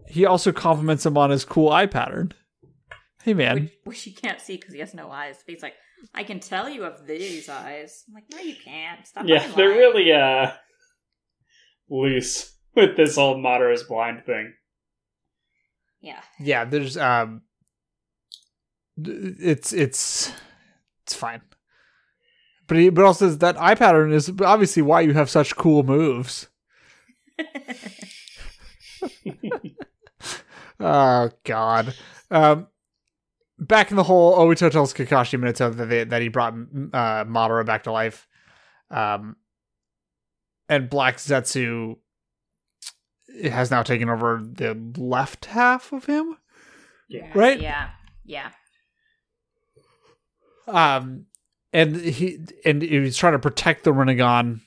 [SPEAKER 1] he also compliments him on his cool eye pattern. Hey man,
[SPEAKER 3] which, which you can't see because he has no eyes. But he's like, I can tell you have these eyes. I'm like, no, you can't. Stop.
[SPEAKER 2] yeah,
[SPEAKER 3] fucking
[SPEAKER 2] they're
[SPEAKER 3] lying."
[SPEAKER 2] really uh loose with this whole Madara is blind thing.
[SPEAKER 3] Yeah,
[SPEAKER 1] yeah, there's um th- it's it's it's fine. But he but also that eye pattern is obviously why you have such cool moves. Oh God. Um, back in the hole, Obito tells Kakashi Minato that they, that he brought uh, Madara back to life. Um, and Black Zetsu has now taken over the left half of him.
[SPEAKER 2] Yeah.
[SPEAKER 1] Right?
[SPEAKER 3] Yeah, yeah.
[SPEAKER 1] Um, and he and he's trying to protect the Renegon,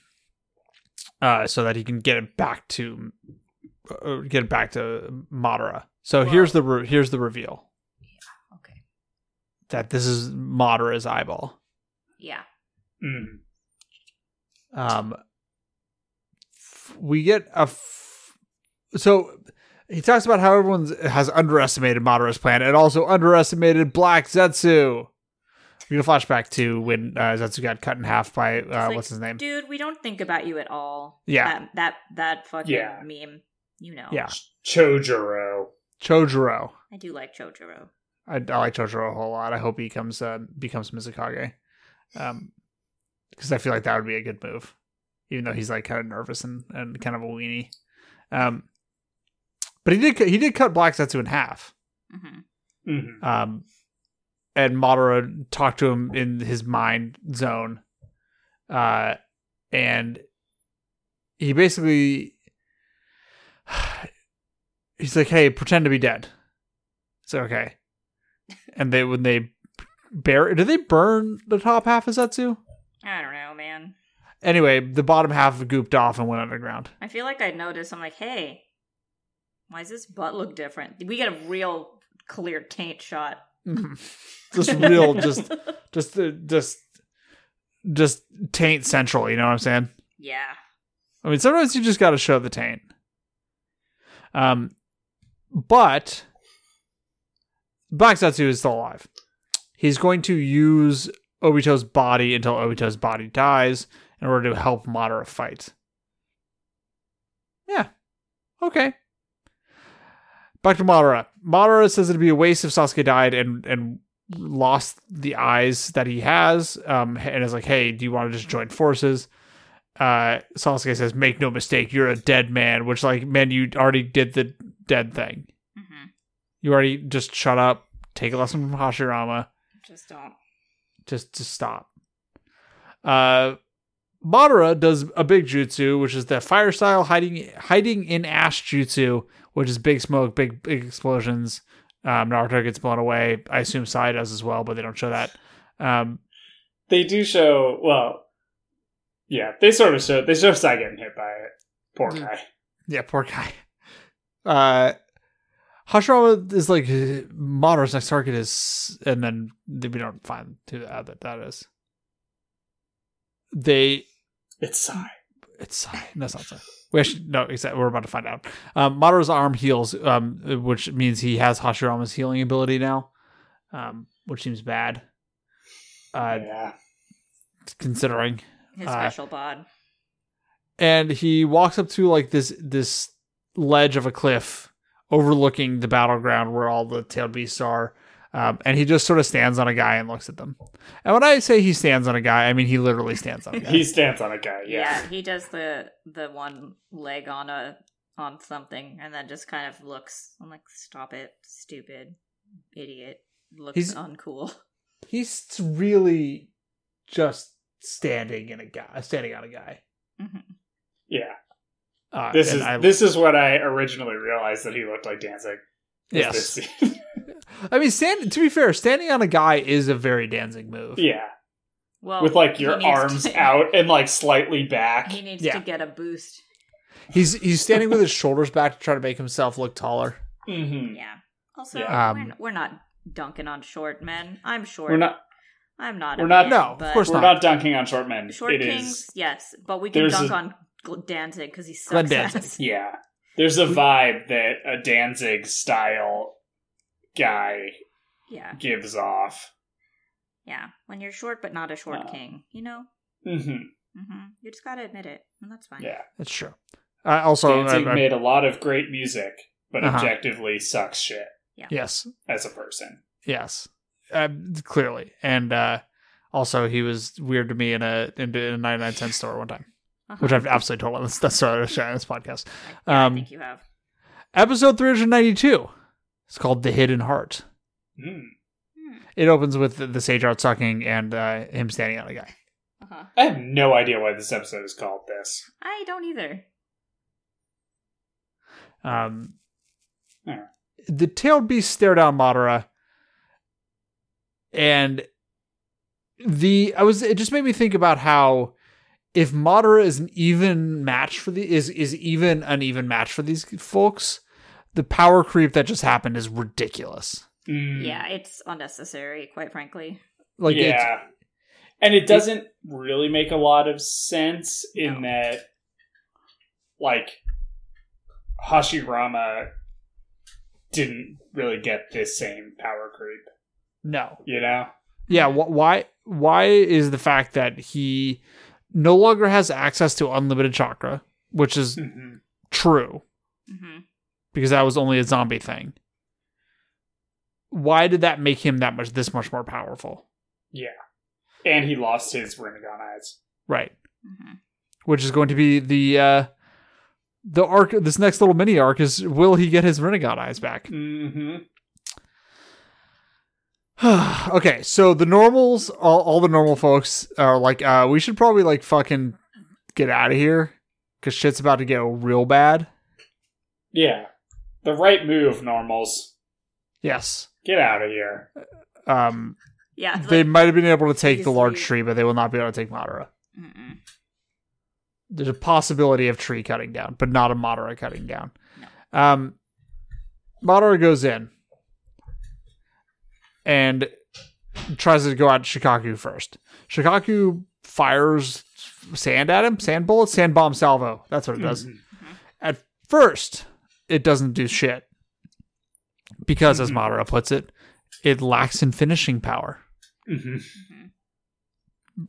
[SPEAKER 1] uh, so that he can get it back to uh, get it back to Madara. So
[SPEAKER 3] Wow.
[SPEAKER 1] here's the re- here's the reveal
[SPEAKER 3] Okay,
[SPEAKER 1] that this is Madara's eyeball.
[SPEAKER 3] yeah.
[SPEAKER 2] Mm.
[SPEAKER 1] um f- we get a f- so he talks about how everyone has underestimated Madara's plan and also underestimated Black Zetsu. We get a flashback to when uh, Zetsu got cut in half by uh,
[SPEAKER 3] like,
[SPEAKER 1] what's his name?
[SPEAKER 3] Dude, we don't think about you at all.
[SPEAKER 1] Yeah.
[SPEAKER 3] that that, that fucking
[SPEAKER 2] Yeah.
[SPEAKER 3] meme. You know.
[SPEAKER 1] Yeah.
[SPEAKER 2] Chojuro.
[SPEAKER 1] Chojuro.
[SPEAKER 3] I do like Chojuro.
[SPEAKER 1] I, I like Chojuro a whole lot. I hope he comes uh, becomes Mizukage, um, because I feel like that would be a good move, even though he's like kind of nervous and, and kind of a weenie. Um, but he did cu- he did cut Black Zetsu in half.
[SPEAKER 3] hmm
[SPEAKER 2] Mhm.
[SPEAKER 1] um, and Madara talked to him in his mind zone, uh, and he basically he's like, "Hey, pretend to be dead." It's okay. And they when they bear, do they burn the top half of Zetsu?
[SPEAKER 3] I don't know, man.
[SPEAKER 1] Anyway, the bottom half gooped off and went underground.
[SPEAKER 3] I feel like I noticed. I'm like, hey, why does this butt look different? We get a real clear taint shot.
[SPEAKER 1] just real, just just uh, just just taint central. You know what I'm saying?
[SPEAKER 3] yeah.
[SPEAKER 1] I mean, sometimes you just got to show the taint. Um, but Black Zetsu is still alive. He's going to use Obito's body until Obito's body dies in order to help Madara fight. Yeah. Okay. Back to Madara. Madara says it'd be a waste if Sasuke died and and lost the eyes that he has. Um, and is like, hey, do you want to just join forces? uh Sasuke says, "Make no mistake, you're a dead man." Which, like, man, you already did the dead thing.
[SPEAKER 3] hmm
[SPEAKER 1] You already just shut up, take a lesson from Hashirama,
[SPEAKER 3] Just don't.
[SPEAKER 1] just just stop. Uh, Madara does a big jutsu, which is the fire style hiding hiding in ash jutsu, which is big smoke, big big explosions. Um, Naruto gets blown away. I assume Sai does as well, but they don't show that. Um,
[SPEAKER 2] They do show well Yeah, they sort of show they show Sai getting hit by it. Poor
[SPEAKER 1] Mhm.
[SPEAKER 2] guy.
[SPEAKER 1] Yeah, poor guy. Uh, Hashirama is like Madara's next target is, and then we don't find who uh, that that is. They
[SPEAKER 2] It's Sai.
[SPEAKER 1] it's Sai. No, it's not Sai. We actually no, exactly. We're about to find out. Um, Madara's arm heals, um, which means he has Hashirama's healing ability now, um, which seems bad, uh,
[SPEAKER 2] yeah.
[SPEAKER 1] considering.
[SPEAKER 3] His
[SPEAKER 1] Uh,
[SPEAKER 3] special bod.
[SPEAKER 1] and he walks up to like this this ledge of a cliff overlooking the battleground where all the tailed beasts are um, and he just sort of stands on a guy and looks at them and when i say he stands on a guy i mean he literally stands on a guy
[SPEAKER 2] He stands on a guy,
[SPEAKER 3] Yeah.
[SPEAKER 2] yeah.
[SPEAKER 3] he does the the one leg on a on something and then just kind of looks. I'm like, stop it, stupid idiot. Looks
[SPEAKER 1] He's-
[SPEAKER 3] uncool.
[SPEAKER 1] he's really just standing in a guy standing on a guy
[SPEAKER 2] Yeah.
[SPEAKER 1] uh,
[SPEAKER 2] This
[SPEAKER 1] and
[SPEAKER 2] is
[SPEAKER 1] I- Uh,
[SPEAKER 2] this is what I originally realized that he looked like Danzig. is
[SPEAKER 1] Yes.
[SPEAKER 2] this scene.
[SPEAKER 1] I mean, stand, to be fair, standing on a guy is a very Danzig move.
[SPEAKER 2] yeah,
[SPEAKER 3] Well,
[SPEAKER 2] with like
[SPEAKER 3] he
[SPEAKER 2] your
[SPEAKER 3] needs
[SPEAKER 2] arms
[SPEAKER 3] to-
[SPEAKER 2] out and like slightly back.
[SPEAKER 3] He needs
[SPEAKER 1] Yeah.
[SPEAKER 3] to get a boost.
[SPEAKER 1] He's he's standing with his shoulders back to try to make himself look taller.
[SPEAKER 2] Mm-hmm.
[SPEAKER 3] Yeah. Also,
[SPEAKER 1] Yeah.
[SPEAKER 3] we're,
[SPEAKER 1] Um,
[SPEAKER 3] we're not dunking on short men. I'm short.
[SPEAKER 2] We're not
[SPEAKER 3] I'm not.
[SPEAKER 2] we're
[SPEAKER 3] a
[SPEAKER 2] not-
[SPEAKER 3] man,
[SPEAKER 1] No, of
[SPEAKER 3] but
[SPEAKER 1] course
[SPEAKER 2] we're not dunking on short men.
[SPEAKER 3] Short
[SPEAKER 2] It is
[SPEAKER 3] kings, yes, but we can
[SPEAKER 2] There's
[SPEAKER 3] dunk
[SPEAKER 2] a-
[SPEAKER 3] on Gl- Danzig because he sucks
[SPEAKER 1] Glenn Danzig.
[SPEAKER 3] ass.
[SPEAKER 2] yeah. There's a vibe that a Danzig style guy
[SPEAKER 3] Yeah,
[SPEAKER 2] gives off.
[SPEAKER 3] yeah. When you're short but not a short
[SPEAKER 2] Uh,
[SPEAKER 3] king, you know,
[SPEAKER 2] Mm-hmm.
[SPEAKER 3] hmm you just gotta admit it, and that's fine.
[SPEAKER 2] Yeah.
[SPEAKER 1] That's true. I also,
[SPEAKER 2] Danzig
[SPEAKER 1] I- I-
[SPEAKER 2] made a lot of great music, but
[SPEAKER 1] Uh-huh.
[SPEAKER 2] objectively sucks shit
[SPEAKER 1] yes,
[SPEAKER 2] as a person.
[SPEAKER 1] yes, uh, clearly, and uh, also he was weird to me in a in, a ninety nine cent store one time,
[SPEAKER 3] Uh-huh.
[SPEAKER 1] which I've absolutely told on this. That's what I was sharing on this podcast.
[SPEAKER 3] Yeah, I
[SPEAKER 1] Um,
[SPEAKER 3] think you have.
[SPEAKER 1] episode three hundred ninety two. It's called "The Hidden Heart."
[SPEAKER 2] Mm.
[SPEAKER 3] Hmm.
[SPEAKER 1] It opens with the, the sage art sucking and uh, him standing on a guy.
[SPEAKER 3] Uh-huh.
[SPEAKER 2] I have no idea why this episode is called this.
[SPEAKER 3] I don't either.
[SPEAKER 1] Um,
[SPEAKER 2] Yeah.
[SPEAKER 1] The tailed beast stare down Madara, and the I was it just made me think about how if Madara is an even match for the is is even an even match for these folks, the power creep that just happened is ridiculous.
[SPEAKER 2] Mm.
[SPEAKER 3] Yeah, it's unnecessary, quite frankly.
[SPEAKER 1] Like it's,
[SPEAKER 2] yeah. and it doesn't really make a lot of sense in
[SPEAKER 3] No.
[SPEAKER 2] that, like, Hashirama didn't really get this same power creep,
[SPEAKER 1] no,
[SPEAKER 2] you know?
[SPEAKER 1] yeah. Wh- why why is the fact that he no longer has access to unlimited chakra, which is
[SPEAKER 3] Mm-hmm.
[SPEAKER 2] Mhm.
[SPEAKER 1] true,
[SPEAKER 3] hmm
[SPEAKER 1] because that was only a zombie thing. Why did that make him that much this much more powerful?
[SPEAKER 2] And he lost his Rinnegan eyes.
[SPEAKER 1] Right.
[SPEAKER 3] hmm
[SPEAKER 1] Which is going to be the uh the arc this next little mini arc is will he get his Renegade eyes back?
[SPEAKER 2] hmm
[SPEAKER 1] okay, so the normals all, all the normal folks are like uh we should probably like fucking get out of here cuz shit's about to get real bad.
[SPEAKER 2] Yeah. The right move, normals.
[SPEAKER 1] Yes.
[SPEAKER 2] Get out of here.
[SPEAKER 1] Um
[SPEAKER 3] Yeah. it's
[SPEAKER 1] they
[SPEAKER 3] like-
[SPEAKER 1] might have been able to take the
[SPEAKER 3] He's
[SPEAKER 1] large
[SPEAKER 3] sweet.
[SPEAKER 1] tree but they will not be able to take Madara.
[SPEAKER 3] Mm-mm.
[SPEAKER 1] there's a possibility of tree cutting down, but not a Madara cutting down. Um, Madara goes in and tries to go at Shikaku first. Shikaku fires sand at him, sand bullet, sand bomb salvo. That's what it does.
[SPEAKER 2] Mhm.
[SPEAKER 1] At first, it doesn't do shit because, as
[SPEAKER 2] Mhm.
[SPEAKER 1] Madara puts it, it lacks in finishing power.
[SPEAKER 2] Mhm.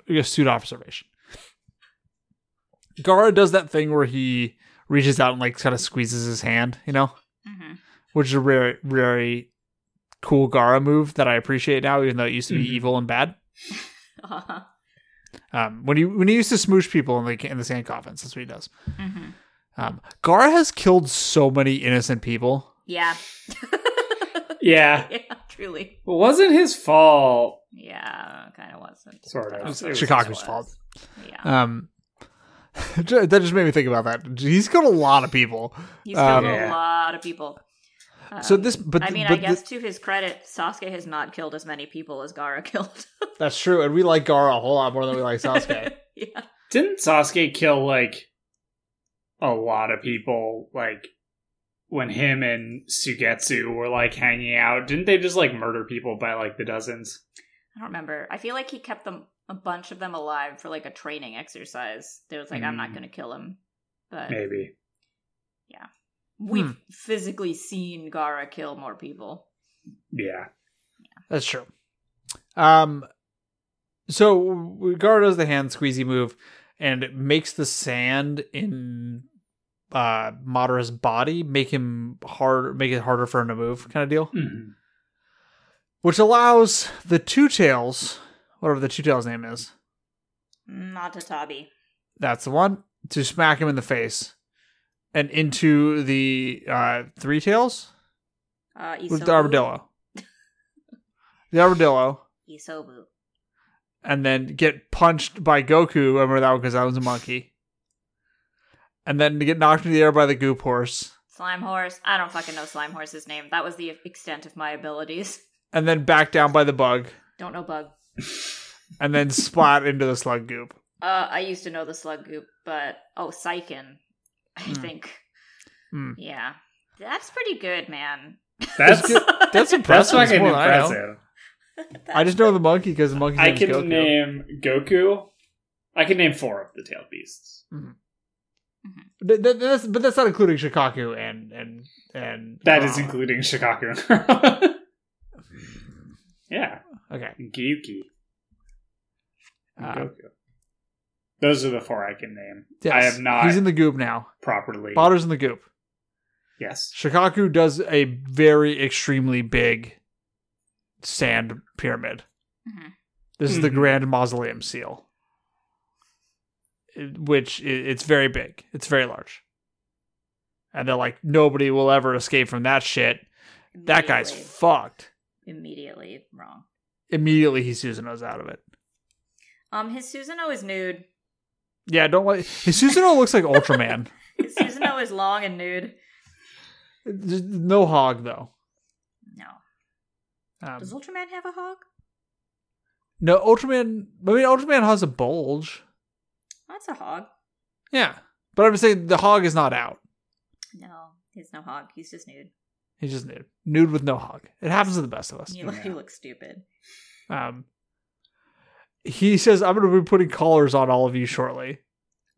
[SPEAKER 1] a astute observation. Gara does that thing where he reaches out and like kind of squeezes his hand, you know,
[SPEAKER 3] Mhm.
[SPEAKER 1] which is a very, very cool Gara move that I appreciate now, even though it used to be
[SPEAKER 2] Mhm.
[SPEAKER 1] evil and bad.
[SPEAKER 3] Uh-huh.
[SPEAKER 1] Um, when he when he used to smoosh people in the in the sand coffins, that's what he does.
[SPEAKER 3] Mhm.
[SPEAKER 1] Um, Gara has killed so many innocent people.
[SPEAKER 3] Yeah.
[SPEAKER 2] Yeah.
[SPEAKER 3] yeah. Truly.
[SPEAKER 2] It wasn't his fault.
[SPEAKER 3] Yeah. Kind of wasn't.
[SPEAKER 2] Sort of. It was
[SPEAKER 1] Shikaku's
[SPEAKER 2] his
[SPEAKER 1] fault.
[SPEAKER 3] Yeah.
[SPEAKER 1] Um, that just made me think about that. He's killed a lot of people.
[SPEAKER 3] He's killed
[SPEAKER 1] Um,
[SPEAKER 3] a
[SPEAKER 2] Yeah.
[SPEAKER 3] lot of people.
[SPEAKER 1] So
[SPEAKER 3] Um,
[SPEAKER 1] this- but
[SPEAKER 3] I
[SPEAKER 1] th-
[SPEAKER 3] mean,
[SPEAKER 1] but
[SPEAKER 3] I guess to his credit, Sasuke has not killed as many people as Gara killed.
[SPEAKER 1] That's true, and we like Gara a whole lot more than we like Sasuke.
[SPEAKER 3] yeah,
[SPEAKER 2] Didn't Sasuke kill like a lot of people? Like when him and Sugetsu were like hanging out, didn't they just like murder people by like the dozens?
[SPEAKER 3] I don't remember. I feel like he kept them a bunch of them alive for like a training exercise. They was like, I'm not
[SPEAKER 2] Mm.
[SPEAKER 3] going to kill him, but
[SPEAKER 2] Maybe.
[SPEAKER 3] we've
[SPEAKER 1] Hmm.
[SPEAKER 3] physically seen Gara kill more people.
[SPEAKER 2] Yeah.
[SPEAKER 1] That's true. Um, so Gara does the hand squeezy move and makes the sand in uh Madara's body make him hard, make it harder for him to move, kind of deal.
[SPEAKER 2] Mhm.
[SPEAKER 1] Which allows the Two Tails, whatever the Two Tails name is,
[SPEAKER 3] Not Tatabi.
[SPEAKER 1] that's the one, to smack him in the face and into the uh Three Tails
[SPEAKER 3] Uh,
[SPEAKER 1] with
[SPEAKER 3] Isobu.
[SPEAKER 1] the armadillo, the armadillo,
[SPEAKER 3] Isobu.
[SPEAKER 1] and then get punched by Goku. Remember that one because that was a monkey. And then to get knocked into the air by the goop horse.
[SPEAKER 3] Slime horse. I don't fucking know slime horse's name. That was the extent of my abilities.
[SPEAKER 1] and then back down by the bug,
[SPEAKER 3] Don't know bug.
[SPEAKER 1] and then splat into the slug goop.
[SPEAKER 3] Uh, I used to know the slug goop, but oh, Sykin, I
[SPEAKER 1] Hmm.
[SPEAKER 3] think.
[SPEAKER 1] Hmm.
[SPEAKER 3] Yeah, that's pretty good, man.
[SPEAKER 2] That's
[SPEAKER 1] good. That's
[SPEAKER 2] that's
[SPEAKER 1] impressive.
[SPEAKER 2] fucking
[SPEAKER 1] More than I know.
[SPEAKER 2] impressive.
[SPEAKER 1] I, just know the monkey because the monkey.
[SPEAKER 2] I can name Goku. I can name four of the tailed beasts.
[SPEAKER 1] that's, but that's not including Shikaku and and and.
[SPEAKER 2] That is
[SPEAKER 1] Kurama.
[SPEAKER 2] including Shikaku. yeah,
[SPEAKER 1] Okay.
[SPEAKER 2] and Gyuki, and
[SPEAKER 1] Uh,
[SPEAKER 2] Goku. Those are the four I can name
[SPEAKER 1] yes.
[SPEAKER 2] I have not-
[SPEAKER 1] He's in the goop now.
[SPEAKER 2] properly.
[SPEAKER 1] Botter's in the goop.
[SPEAKER 2] yes,
[SPEAKER 1] Shikaku does a very extremely big sand pyramid.
[SPEAKER 3] Mhm.
[SPEAKER 1] This is the
[SPEAKER 2] Mhm.
[SPEAKER 1] Grand Mausoleum Seal, It- which i- it's very big. It's very large, and they're like nobody will ever escape from that shit. That guy's
[SPEAKER 3] Immediately-
[SPEAKER 1] fucked.
[SPEAKER 3] immediately wrong.
[SPEAKER 1] Immediately, he Susanoo's out of it.
[SPEAKER 3] Um, his Susano is nude.
[SPEAKER 1] Yeah, don't like his Susanoo looks like Ultraman.
[SPEAKER 3] His Susano is long and nude.
[SPEAKER 1] Just No hog though.
[SPEAKER 3] No,
[SPEAKER 1] Um,
[SPEAKER 3] does Ultraman have a hog?
[SPEAKER 1] no Ultraman. I mean, Ultraman has a bulge.
[SPEAKER 3] That's a hog.
[SPEAKER 1] Yeah, but I'm just saying the hog is not out.
[SPEAKER 3] No, he's no hog. He's just nude.
[SPEAKER 1] He's just nude, nude with no hug. It happens to the best of us.
[SPEAKER 3] You,
[SPEAKER 2] Yeah.
[SPEAKER 3] you look stupid.
[SPEAKER 1] Um, he says, "I'm going to be putting collars on all of you shortly."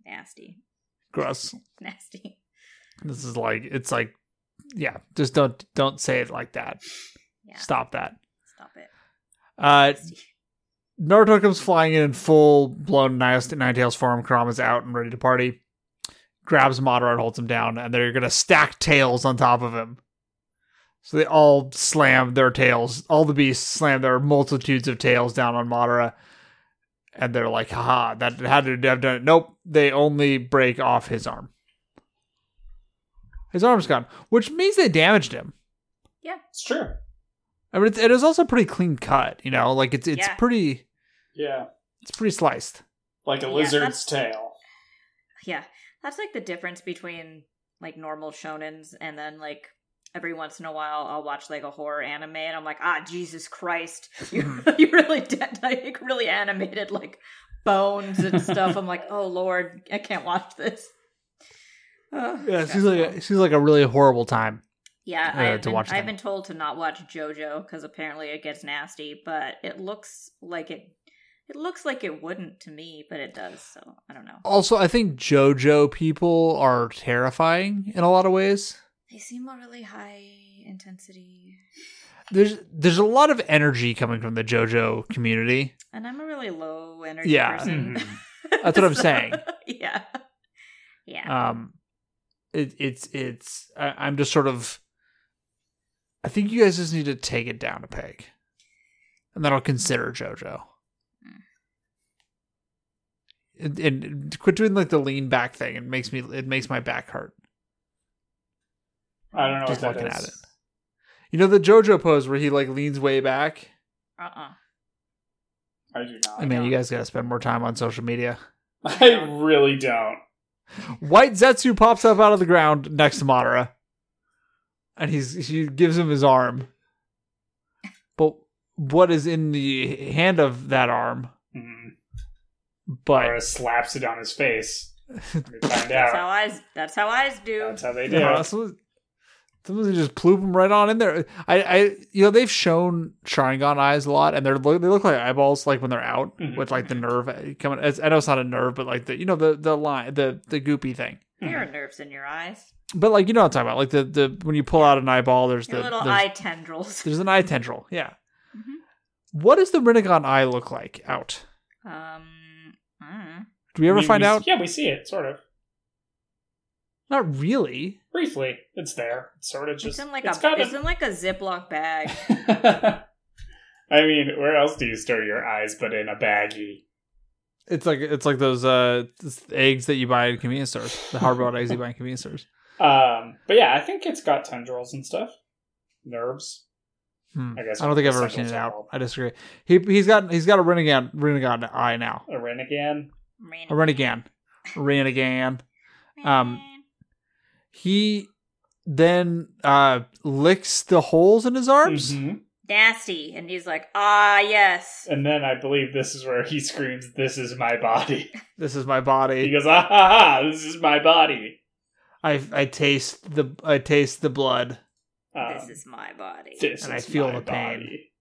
[SPEAKER 3] Nasty.
[SPEAKER 1] Gross.
[SPEAKER 3] Nasty.
[SPEAKER 1] This is like it's like, yeah, just don't don't say it like that.
[SPEAKER 3] Yeah.
[SPEAKER 1] Stop that.
[SPEAKER 3] Stop it.
[SPEAKER 1] Uh,
[SPEAKER 3] Nasty.
[SPEAKER 1] Naruto comes flying in in full blown Nine Tails form. Kurama's out and ready to party. Grabs Madara and holds him down, and they're gonna stack tails on top of him. So they all slam their tails. All the beasts slam their multitudes of tails down on Madara, and they're like, "Ha! That how did have done it?" Nope, they only break off his arm. His arm's gone, which means they damaged him.
[SPEAKER 2] it's true.
[SPEAKER 1] I mean, it's, it is also a pretty clean cut. You know, like it's it's
[SPEAKER 3] Yeah.
[SPEAKER 1] pretty
[SPEAKER 2] Yeah,
[SPEAKER 1] it's pretty sliced.
[SPEAKER 2] like a
[SPEAKER 3] Yeah,
[SPEAKER 2] lizard's
[SPEAKER 3] that's-
[SPEAKER 2] tail.
[SPEAKER 3] Yeah, that's like the difference between like normal shonens and then like every once in a while I'll watch like a horror anime and I'm like, ah, Jesus Christ, you, you really did like really animated like bones and stuff. I'm like, oh Lord, I can't watch this. Ugh,
[SPEAKER 1] Yeah, it seems
[SPEAKER 3] stressful.
[SPEAKER 1] like a, it seems like a really horrible time.
[SPEAKER 3] yeah.
[SPEAKER 1] uh,
[SPEAKER 3] I've,
[SPEAKER 1] to
[SPEAKER 3] been,
[SPEAKER 1] watch
[SPEAKER 3] I've
[SPEAKER 1] that.
[SPEAKER 3] been told to not watch JoJo because apparently it gets nasty, but it looks like it. It looks like it wouldn't to me, but it does. So I don't know.
[SPEAKER 1] Also, I think JoJo people are terrifying in a lot of ways.
[SPEAKER 3] They seem really high intensity.
[SPEAKER 1] There's there's a lot of energy coming from the JoJo community.
[SPEAKER 3] And I'm a really low energy
[SPEAKER 1] Yeah.
[SPEAKER 3] person.
[SPEAKER 2] Mhm.
[SPEAKER 1] That's what I'm saying.
[SPEAKER 3] Yeah.
[SPEAKER 2] Uh,
[SPEAKER 3] Yeah.
[SPEAKER 1] Um, it, it's it's I, I'm just sort of. I think you guys just need to take it down a peg, and then I'll consider JoJo.
[SPEAKER 3] Hmm.
[SPEAKER 1] And, and quit doing like the lean back thing. It makes me it makes my back hurt.
[SPEAKER 2] I don't know
[SPEAKER 1] Just
[SPEAKER 2] what that
[SPEAKER 1] looking at
[SPEAKER 2] is.
[SPEAKER 1] it. You know the JoJo pose where he like leans way back.
[SPEAKER 2] Uh,
[SPEAKER 3] uh-uh.
[SPEAKER 2] I do not.
[SPEAKER 1] I mean, Oh, you guys gotta spend more time on social media.
[SPEAKER 2] I really don't.
[SPEAKER 1] White Zetsu pops up out of the ground next to Madara, and he's he gives him his arm. But what is in the hand of that arm?
[SPEAKER 2] Mm.
[SPEAKER 1] But
[SPEAKER 2] Or slaps it on his face. We find
[SPEAKER 3] That's
[SPEAKER 2] out.
[SPEAKER 3] how I's that's how I's do.
[SPEAKER 2] That's how they do.
[SPEAKER 1] yeah,
[SPEAKER 2] it.
[SPEAKER 1] sometimes sometimes they just ploop him right on in there. I, I, you know, they've shown Sharingan eyes a lot, and they're look- they look like eyeballs, like when they're out
[SPEAKER 2] Mhm.
[SPEAKER 1] with like the nerve coming. it's- I know it's not a nerve, but like the you know the the line the the goopy thing.
[SPEAKER 3] There are nerves in your eyes.
[SPEAKER 1] But like you know what I'm talking about, like the the when you pull out an eyeball, there's
[SPEAKER 3] Your
[SPEAKER 1] the
[SPEAKER 3] little
[SPEAKER 1] there's,
[SPEAKER 3] eye tendrils.
[SPEAKER 1] there's an eye tendril. Yeah.
[SPEAKER 3] Mhm.
[SPEAKER 1] What does the Rinnegan eye look like out?
[SPEAKER 3] Um I don't know.
[SPEAKER 1] Do we ever
[SPEAKER 2] I mean,
[SPEAKER 1] find
[SPEAKER 2] we-
[SPEAKER 1] out?
[SPEAKER 2] Yeah, we see it sort of
[SPEAKER 1] Not really.
[SPEAKER 2] briefly. It's there. It's sort of just.
[SPEAKER 3] it's in like
[SPEAKER 2] it's
[SPEAKER 3] a
[SPEAKER 2] got
[SPEAKER 3] it's in like a Ziploc bag.
[SPEAKER 2] I mean, where else do you store your eyes but in a baggie?
[SPEAKER 1] It's like it's like those uh this- eggs that you buy at convenience stores, the hard boiled eggs you buy at convenience stores.
[SPEAKER 2] Um, but yeah, I think it's got tendrils and stuff, nerves.
[SPEAKER 1] Hmm.
[SPEAKER 2] I
[SPEAKER 1] I,
[SPEAKER 2] guess
[SPEAKER 1] don't think I've
[SPEAKER 2] the
[SPEAKER 1] ever seen
[SPEAKER 2] sandals
[SPEAKER 1] it
[SPEAKER 2] are
[SPEAKER 1] out.
[SPEAKER 2] all-
[SPEAKER 1] I disagree. He he's got he's got a Rinnegan Rinnegan eye now.
[SPEAKER 2] A renegan.
[SPEAKER 3] Rain-
[SPEAKER 1] A Rinnegan. Rinnegan. um,
[SPEAKER 3] rain.
[SPEAKER 1] He then uh, licks the holes in his arms.
[SPEAKER 3] Mm-hmm.
[SPEAKER 2] Mhm.
[SPEAKER 3] Nasty. And he's like, ah, yes.
[SPEAKER 2] And then I believe this is where he screams, This is my body.
[SPEAKER 1] This is my
[SPEAKER 2] He
[SPEAKER 1] body.
[SPEAKER 2] goes, Ah ha ha, this is my body.
[SPEAKER 1] I I taste the I taste the blood.
[SPEAKER 2] Um,
[SPEAKER 3] this is my body.
[SPEAKER 2] this
[SPEAKER 1] and I
[SPEAKER 2] is
[SPEAKER 1] feel
[SPEAKER 2] my
[SPEAKER 1] the pain.
[SPEAKER 2] body.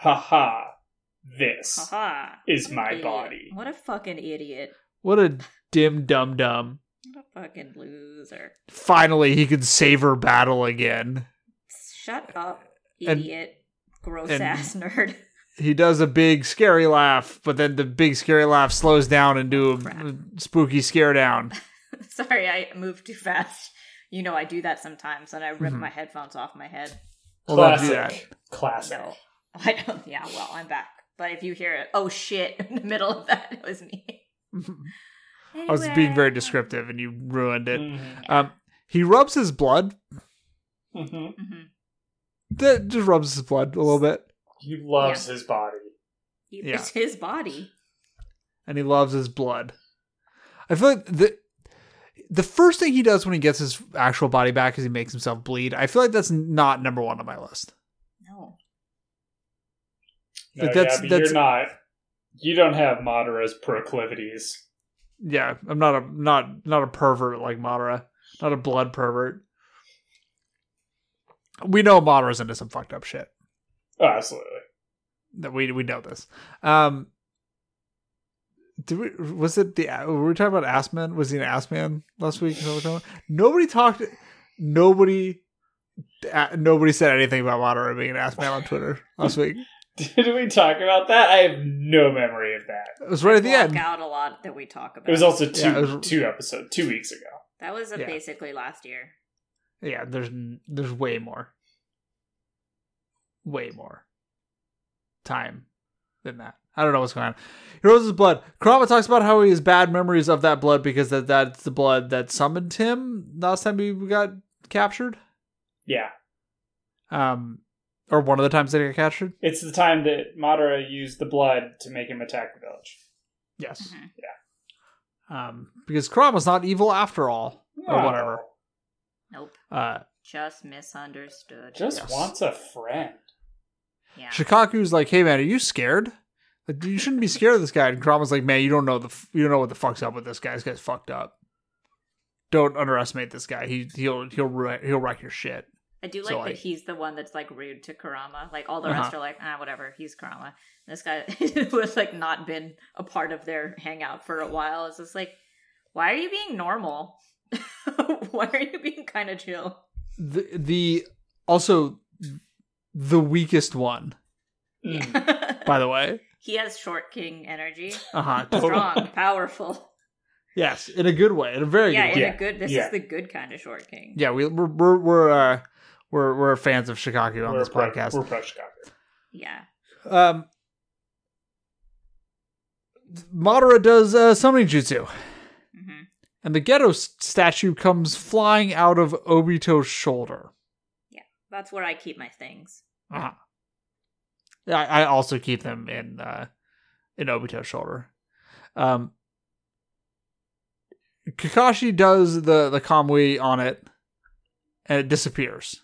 [SPEAKER 2] Ha ha, this
[SPEAKER 3] Haha.
[SPEAKER 2] is
[SPEAKER 3] What an
[SPEAKER 2] my
[SPEAKER 3] idiot.
[SPEAKER 2] body.
[SPEAKER 3] What a fucking idiot.
[SPEAKER 1] What a dim dum dum.
[SPEAKER 3] What a fucking loser.
[SPEAKER 1] Finally, he could savor battle again.
[SPEAKER 3] Shut up,
[SPEAKER 1] Uh, And-
[SPEAKER 3] idiot. Gross
[SPEAKER 1] and-
[SPEAKER 3] ass nerd.
[SPEAKER 1] He does a big scary laugh, but then the big scary laugh slows down into
[SPEAKER 3] Crap.
[SPEAKER 1] a spooky scare down.
[SPEAKER 3] Sorry, I moved too fast. You know I do that sometimes, and I rip
[SPEAKER 1] Mhm.
[SPEAKER 3] my headphones off my head.
[SPEAKER 1] Well, don't do
[SPEAKER 2] Classic.
[SPEAKER 1] Ah,
[SPEAKER 2] Classic.
[SPEAKER 3] No, I don't. Yeah, well, I'm back. But if you hear it, oh shit, in the middle of that, it was me.
[SPEAKER 1] I was being very
[SPEAKER 3] Anyway.
[SPEAKER 1] descriptive, and you ruined it.
[SPEAKER 2] Mhm.
[SPEAKER 1] Um, he rubs his blood.
[SPEAKER 2] Mhm.
[SPEAKER 3] Mhm.
[SPEAKER 1] Th- Just rubs his blood a little bit,
[SPEAKER 2] He loves his body.
[SPEAKER 3] He-
[SPEAKER 1] Yeah.
[SPEAKER 3] It's his body.
[SPEAKER 1] and he loves his blood. I feel like the the first thing he does when he gets his actual body back is he makes himself bleed. I feel like that's not number one on my list.
[SPEAKER 3] No.
[SPEAKER 2] No,
[SPEAKER 1] But that's-
[SPEAKER 2] yeah, but
[SPEAKER 1] that's-
[SPEAKER 2] you're not. You don't have Madara's proclivities.
[SPEAKER 1] Yeah, I'm not a not not a pervert like Madara, not a blood pervert. We know Madara's into some fucked up shit.
[SPEAKER 2] Oh, absolutely.
[SPEAKER 1] That we we know this. Um, did we, was it the were we talking about ass man? Was he an ass man last week? Is that what we're talking about? Nobody talked. Nobody. Uh, nobody said anything about Madara being an ass man on Twitter last week.
[SPEAKER 2] Did we talk about that? I have no memory of that.
[SPEAKER 1] It was right at the
[SPEAKER 3] Block
[SPEAKER 1] end.
[SPEAKER 3] out a lot that we talk about.
[SPEAKER 2] It was also two
[SPEAKER 1] Yeah, it was-
[SPEAKER 2] two episode two weeks ago.
[SPEAKER 3] that was uh,
[SPEAKER 1] Yeah.
[SPEAKER 3] basically last year.
[SPEAKER 1] Yeah, there's there's way more. Way more time than that. I don't know what's going on. Heroes is blood. Kurama talks about how he has bad memories of that blood because that that's the blood that summoned him last time he got captured.
[SPEAKER 2] Yeah,
[SPEAKER 1] Um or one of the times that he got captured.
[SPEAKER 2] it's the time that Madara used the blood to make him attack the village.
[SPEAKER 1] Yes.
[SPEAKER 3] Mhm.
[SPEAKER 1] Yeah. Um because Kurama's not evil after all. Or
[SPEAKER 2] Oh,
[SPEAKER 1] whatever.
[SPEAKER 3] Nope.
[SPEAKER 1] Uh
[SPEAKER 3] Just misunderstood.
[SPEAKER 2] Just
[SPEAKER 1] Yes.
[SPEAKER 2] wants a friend.
[SPEAKER 3] yeah.
[SPEAKER 1] Shikaku's like, "Hey man, are you scared? Like, you shouldn't be scared of this guy." And Kurama's like, "Man, you don't know the f- you don't know what the fuck's up with this guy. This guy's fucked up. Don't underestimate this guy. He he'll he'll wreck, he'll wreck your shit."
[SPEAKER 3] I do like
[SPEAKER 1] So,
[SPEAKER 3] that
[SPEAKER 1] like-
[SPEAKER 3] he's the one that's like rude to Karama. Like all the rest
[SPEAKER 1] Uh-huh.
[SPEAKER 3] are like, ah, whatever, he's Karama. This guy was like not been a part of their hangout for a while. It's just like, why are you being normal? why are you being kind of chill?
[SPEAKER 1] The the also the weakest one,
[SPEAKER 2] Mm.
[SPEAKER 1] by the way.
[SPEAKER 3] he has short king energy.
[SPEAKER 1] Uh huh.
[SPEAKER 3] Strong, powerful.
[SPEAKER 1] Yes, in a good way, in a very good
[SPEAKER 3] yeah, in
[SPEAKER 1] way.
[SPEAKER 2] Yeah,
[SPEAKER 3] a good this
[SPEAKER 2] yeah.
[SPEAKER 3] is the good kind of short king.
[SPEAKER 1] Yeah, we we're we're we're, uh, we're we're fans of Shikaku on
[SPEAKER 2] We're
[SPEAKER 1] this
[SPEAKER 2] pro-
[SPEAKER 1] podcast.
[SPEAKER 2] We're pro Chicago.
[SPEAKER 3] Yeah.
[SPEAKER 1] Um, Madara does uh, summoning jutsu.
[SPEAKER 3] hmm
[SPEAKER 1] and the ghetto s- statue comes flying out of Obito's shoulder.
[SPEAKER 3] That's where I keep my things.
[SPEAKER 1] Uh-huh. I, I also keep them in uh, in Obito's shoulder. Um, Kakashi does the the kamui on it, and it disappears.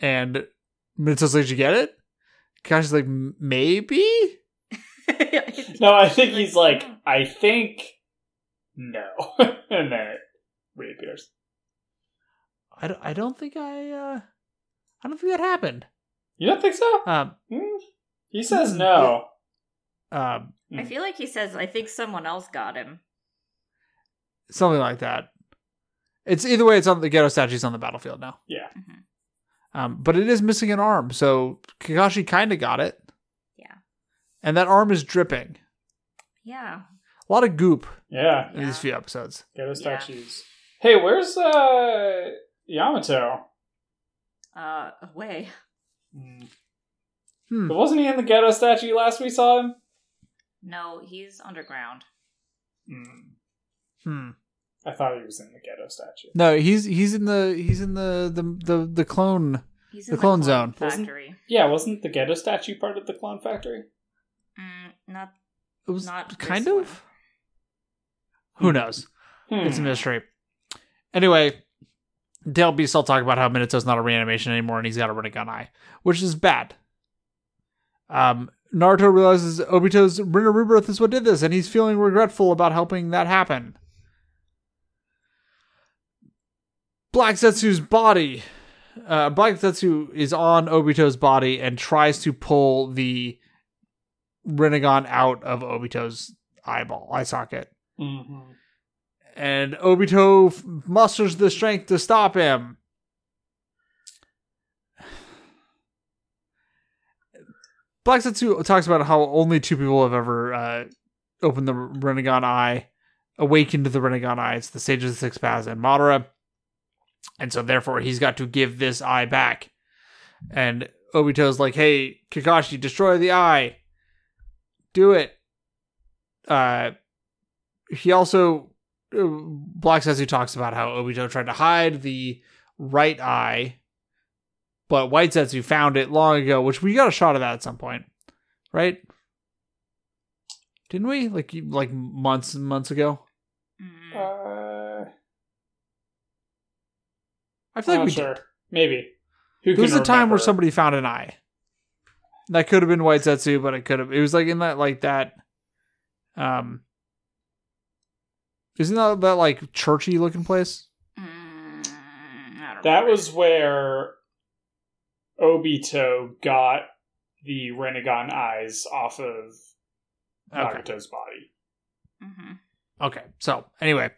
[SPEAKER 1] And Mitsu's like, "Did you get it?" Kakashi's like, "M- "Maybe."
[SPEAKER 2] No, I think he's like, I think no, and then it reappears.
[SPEAKER 1] I don't, I don't think I uh, I don't think that happened.
[SPEAKER 2] You don't think so?
[SPEAKER 1] Um,
[SPEAKER 2] Hmm? He says no.
[SPEAKER 1] um,
[SPEAKER 3] I feel like he says, I think someone else got him.
[SPEAKER 1] something like that. It's either way. It's on the ghetto statue's on the battlefield now.
[SPEAKER 2] Yeah.
[SPEAKER 3] Mhm.
[SPEAKER 1] Um, but it is missing an arm, so Kakashi kind of got it.
[SPEAKER 3] Yeah.
[SPEAKER 1] And that arm is dripping.
[SPEAKER 3] Yeah.
[SPEAKER 1] A lot of goop
[SPEAKER 2] Yeah,
[SPEAKER 1] in
[SPEAKER 3] Yeah.
[SPEAKER 1] these few episodes.
[SPEAKER 2] ghetto
[SPEAKER 3] Yeah.
[SPEAKER 2] statues. Hey, where's uh Yamato?
[SPEAKER 3] Uh away.
[SPEAKER 1] Hmm.
[SPEAKER 2] But wasn't he in the ghetto statue last we saw him?
[SPEAKER 3] No, he's underground.
[SPEAKER 1] Hmm.
[SPEAKER 2] I thought he was in the ghetto statue.
[SPEAKER 1] No, he's he's in the he's in the the the, the clone.
[SPEAKER 3] He's
[SPEAKER 1] The clone zone.
[SPEAKER 2] Wasn't-
[SPEAKER 3] factory.
[SPEAKER 2] Yeah, wasn't the ghetto statue part of the clone factory?
[SPEAKER 3] Mm, not
[SPEAKER 1] It was
[SPEAKER 3] Not
[SPEAKER 1] kind
[SPEAKER 3] this
[SPEAKER 1] of. Who knows?
[SPEAKER 2] Hmm.
[SPEAKER 1] It's a mystery. Anyway, Dale Beast will talk about how Minato's not a reanimation anymore and he's got a Rinnegan Eye, which is bad. Um, Naruto realizes Obito's Rinna Rebirth is what did this, and he's feeling regretful about helping that happen. Black Zetsu's body. Uh, Black Zetsu is on Obito's body and tries to pull the Rinnegan out of Obito's eyeball, eye socket
[SPEAKER 2] Mm-hmm.
[SPEAKER 1] and Obito f- musters the strength to stop him. Black Zetsu talks about how only two people have ever uh, opened the Renegon Eye, awakened the Renegon Eye. It's the Sage of the Six Paths and Madara. And so, therefore, he's got to give this eye back. And Obito's like, hey, Kakashi, destroy the eye. Do it. Uh, he also uh, Black Setsu talks about how Obito tried to hide the right eye, but White Setsu found it long ago, which we got a shot of that at some point, right? Didn't we? Like you- like months and months ago.
[SPEAKER 3] Mm.
[SPEAKER 2] Uh,
[SPEAKER 1] I feel like
[SPEAKER 2] not
[SPEAKER 1] we
[SPEAKER 2] Uh, sure.
[SPEAKER 1] did.
[SPEAKER 2] Maybe. Who
[SPEAKER 1] There was
[SPEAKER 2] can
[SPEAKER 1] a time where
[SPEAKER 2] remember?
[SPEAKER 1] somebody found an eye. That could have been White Setsu, but it could have. It was like in that like that. Um. Isn't that that like churchy looking place?
[SPEAKER 3] Mm, I don't
[SPEAKER 2] That
[SPEAKER 3] remember.
[SPEAKER 2] was where Obito got the Renegon eyes off of
[SPEAKER 1] Okay.
[SPEAKER 2] Nagato's body.
[SPEAKER 3] Mhm.
[SPEAKER 1] Okay. So anyway,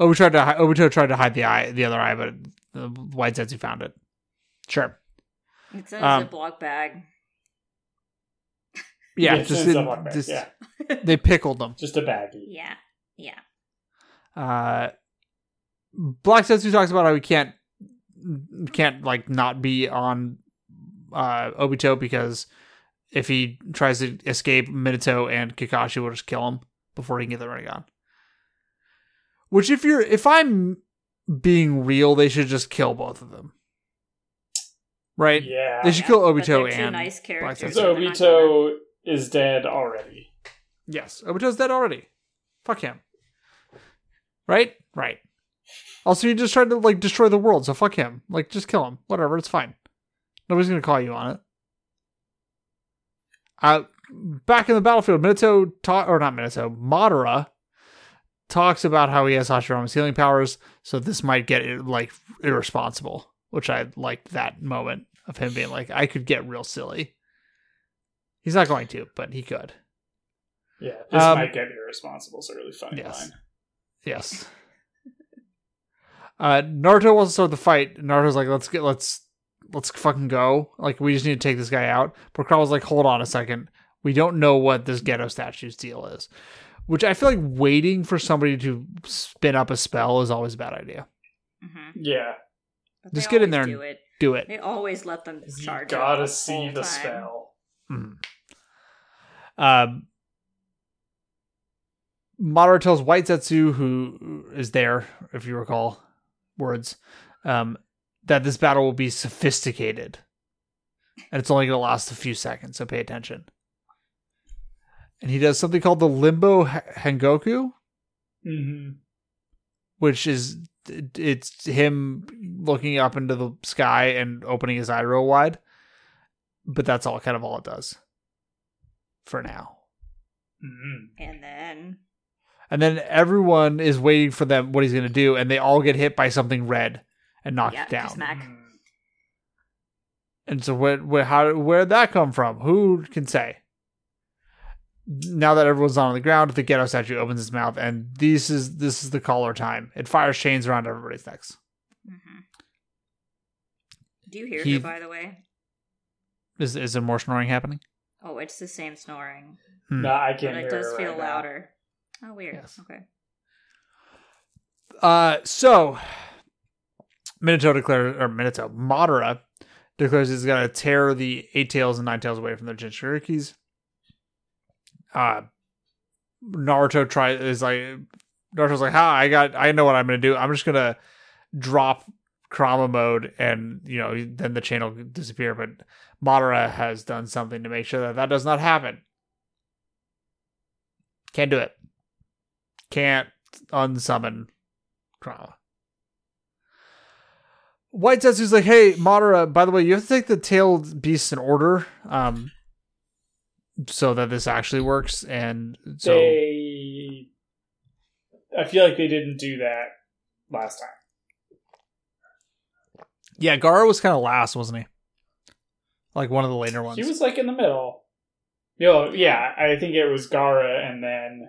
[SPEAKER 1] Obito tried to hi- Obito tried to hide the eye, the other eye, but the White Zetsu found it. Sure.
[SPEAKER 3] It's in a
[SPEAKER 1] Um,
[SPEAKER 3] Ziploc bag.
[SPEAKER 1] Yeah.
[SPEAKER 2] it's
[SPEAKER 1] just
[SPEAKER 2] in
[SPEAKER 1] in-
[SPEAKER 2] Ziploc bag,
[SPEAKER 1] just-
[SPEAKER 2] yeah,
[SPEAKER 1] they pickled them.
[SPEAKER 2] just a baggie.
[SPEAKER 3] Yeah. Yeah.
[SPEAKER 1] Uh, Black Zetsu talks about how he can't can't like not be on uh, Obito because if he tries to escape, Minato and Kakashi will just kill him before he can get the Renegon. Which, if you're if I'm being real, they should just kill both of them, right?
[SPEAKER 2] Yeah.
[SPEAKER 1] They should
[SPEAKER 3] Yeah,
[SPEAKER 1] kill
[SPEAKER 3] but
[SPEAKER 1] Obito
[SPEAKER 3] they're two
[SPEAKER 1] and
[SPEAKER 3] nice
[SPEAKER 1] Zetsu.
[SPEAKER 3] characters.
[SPEAKER 1] So
[SPEAKER 2] Because
[SPEAKER 3] so they're not gonna-
[SPEAKER 2] Obito is dead already.
[SPEAKER 1] Yes, Obito's dead already. Fuck him. Right? Right. Also, you just tried to like destroy the world, so fuck him. Like, just kill him. Whatever, it's fine. Nobody's gonna call you on it. Uh, back in the battlefield, Minato ta- or not Minato, Madara talks about how he has Hashirama's healing powers, so this might get like irresponsible. Which I liked that moment of him being like, I could get real silly. He's not going to, but he could.
[SPEAKER 2] Yeah, this
[SPEAKER 1] Um,
[SPEAKER 2] might get irresponsible. So really funny
[SPEAKER 1] yes.
[SPEAKER 2] line.
[SPEAKER 1] Yes. Uh, Naruto wants to start the fight. Naruto's like, let's get, let's, let's fucking go. Like, we just need to take this guy out. But Crowell's like, hold on a second. We don't know what this ghetto statue's deal is. Which I feel like waiting for somebody to spin up a spell is always a bad idea.
[SPEAKER 3] Mhm.
[SPEAKER 2] Yeah,
[SPEAKER 3] But
[SPEAKER 1] Just
[SPEAKER 3] they
[SPEAKER 1] get in
[SPEAKER 3] always
[SPEAKER 1] there
[SPEAKER 3] Do it.
[SPEAKER 1] Do it.
[SPEAKER 3] They always let them
[SPEAKER 2] you
[SPEAKER 3] charge.
[SPEAKER 2] gotta
[SPEAKER 3] it
[SPEAKER 2] see
[SPEAKER 3] whole
[SPEAKER 2] the
[SPEAKER 3] time.
[SPEAKER 2] spell.
[SPEAKER 1] Mm. Um, Madara tells White Zetsu, who is there, if you recall, words, um, that this battle will be sophisticated, and it's only going to last a few seconds. So pay attention. And he does something called the Limbo H- Hengoku,
[SPEAKER 2] hmm
[SPEAKER 1] which is it's him looking up into the sky and opening his eye real wide. But that's all kind of all it does for now.
[SPEAKER 2] hmm
[SPEAKER 3] And then
[SPEAKER 1] And then everyone is waiting for them what he's going to do, and they all get hit by something red and knocked
[SPEAKER 3] yeah,
[SPEAKER 1] down.
[SPEAKER 3] smack.
[SPEAKER 2] mm-hmm.
[SPEAKER 1] And so, where, where, how, where'd that come from? Who can say? Now that everyone's on the ground, the ghetto statue opens its mouth, and this is this is the caller time. It fires chains around everybody's necks.
[SPEAKER 3] Mhm. Do you hear
[SPEAKER 1] He-
[SPEAKER 3] her, by the way?
[SPEAKER 1] Is is there more snoring happening?
[SPEAKER 3] Oh, it's the same snoring,
[SPEAKER 1] Hmm.
[SPEAKER 2] No, I can't.
[SPEAKER 3] but it
[SPEAKER 2] hear
[SPEAKER 3] does
[SPEAKER 2] her
[SPEAKER 3] feel
[SPEAKER 2] right now.
[SPEAKER 3] louder. Oh, weird.
[SPEAKER 1] Yes.
[SPEAKER 3] Okay.
[SPEAKER 1] Uh, so Minato declares, or Minato Madara declares he's gonna tear the eight tails and nine tails away from their Jinchurikis. Uh, Naruto try is like Naruto's like, "Ha! I got, I know what I'm gonna do. I'm just gonna drop Krama mode, and you know, then the chain will disappear." But Madara has done something to make sure that that does not happen. Can't do it. Can't unsummon Krama. White Zetsu's like, hey, Madara, by the way, you have to take the tailed beasts in order, um, so that this actually works. And so
[SPEAKER 2] they, I feel like they didn't do that last time.
[SPEAKER 1] yeah, Gara was kind of last, wasn't he? Like one of the later ones.
[SPEAKER 2] She was like in the middle. Yo, yeah, I think it was Gara, and then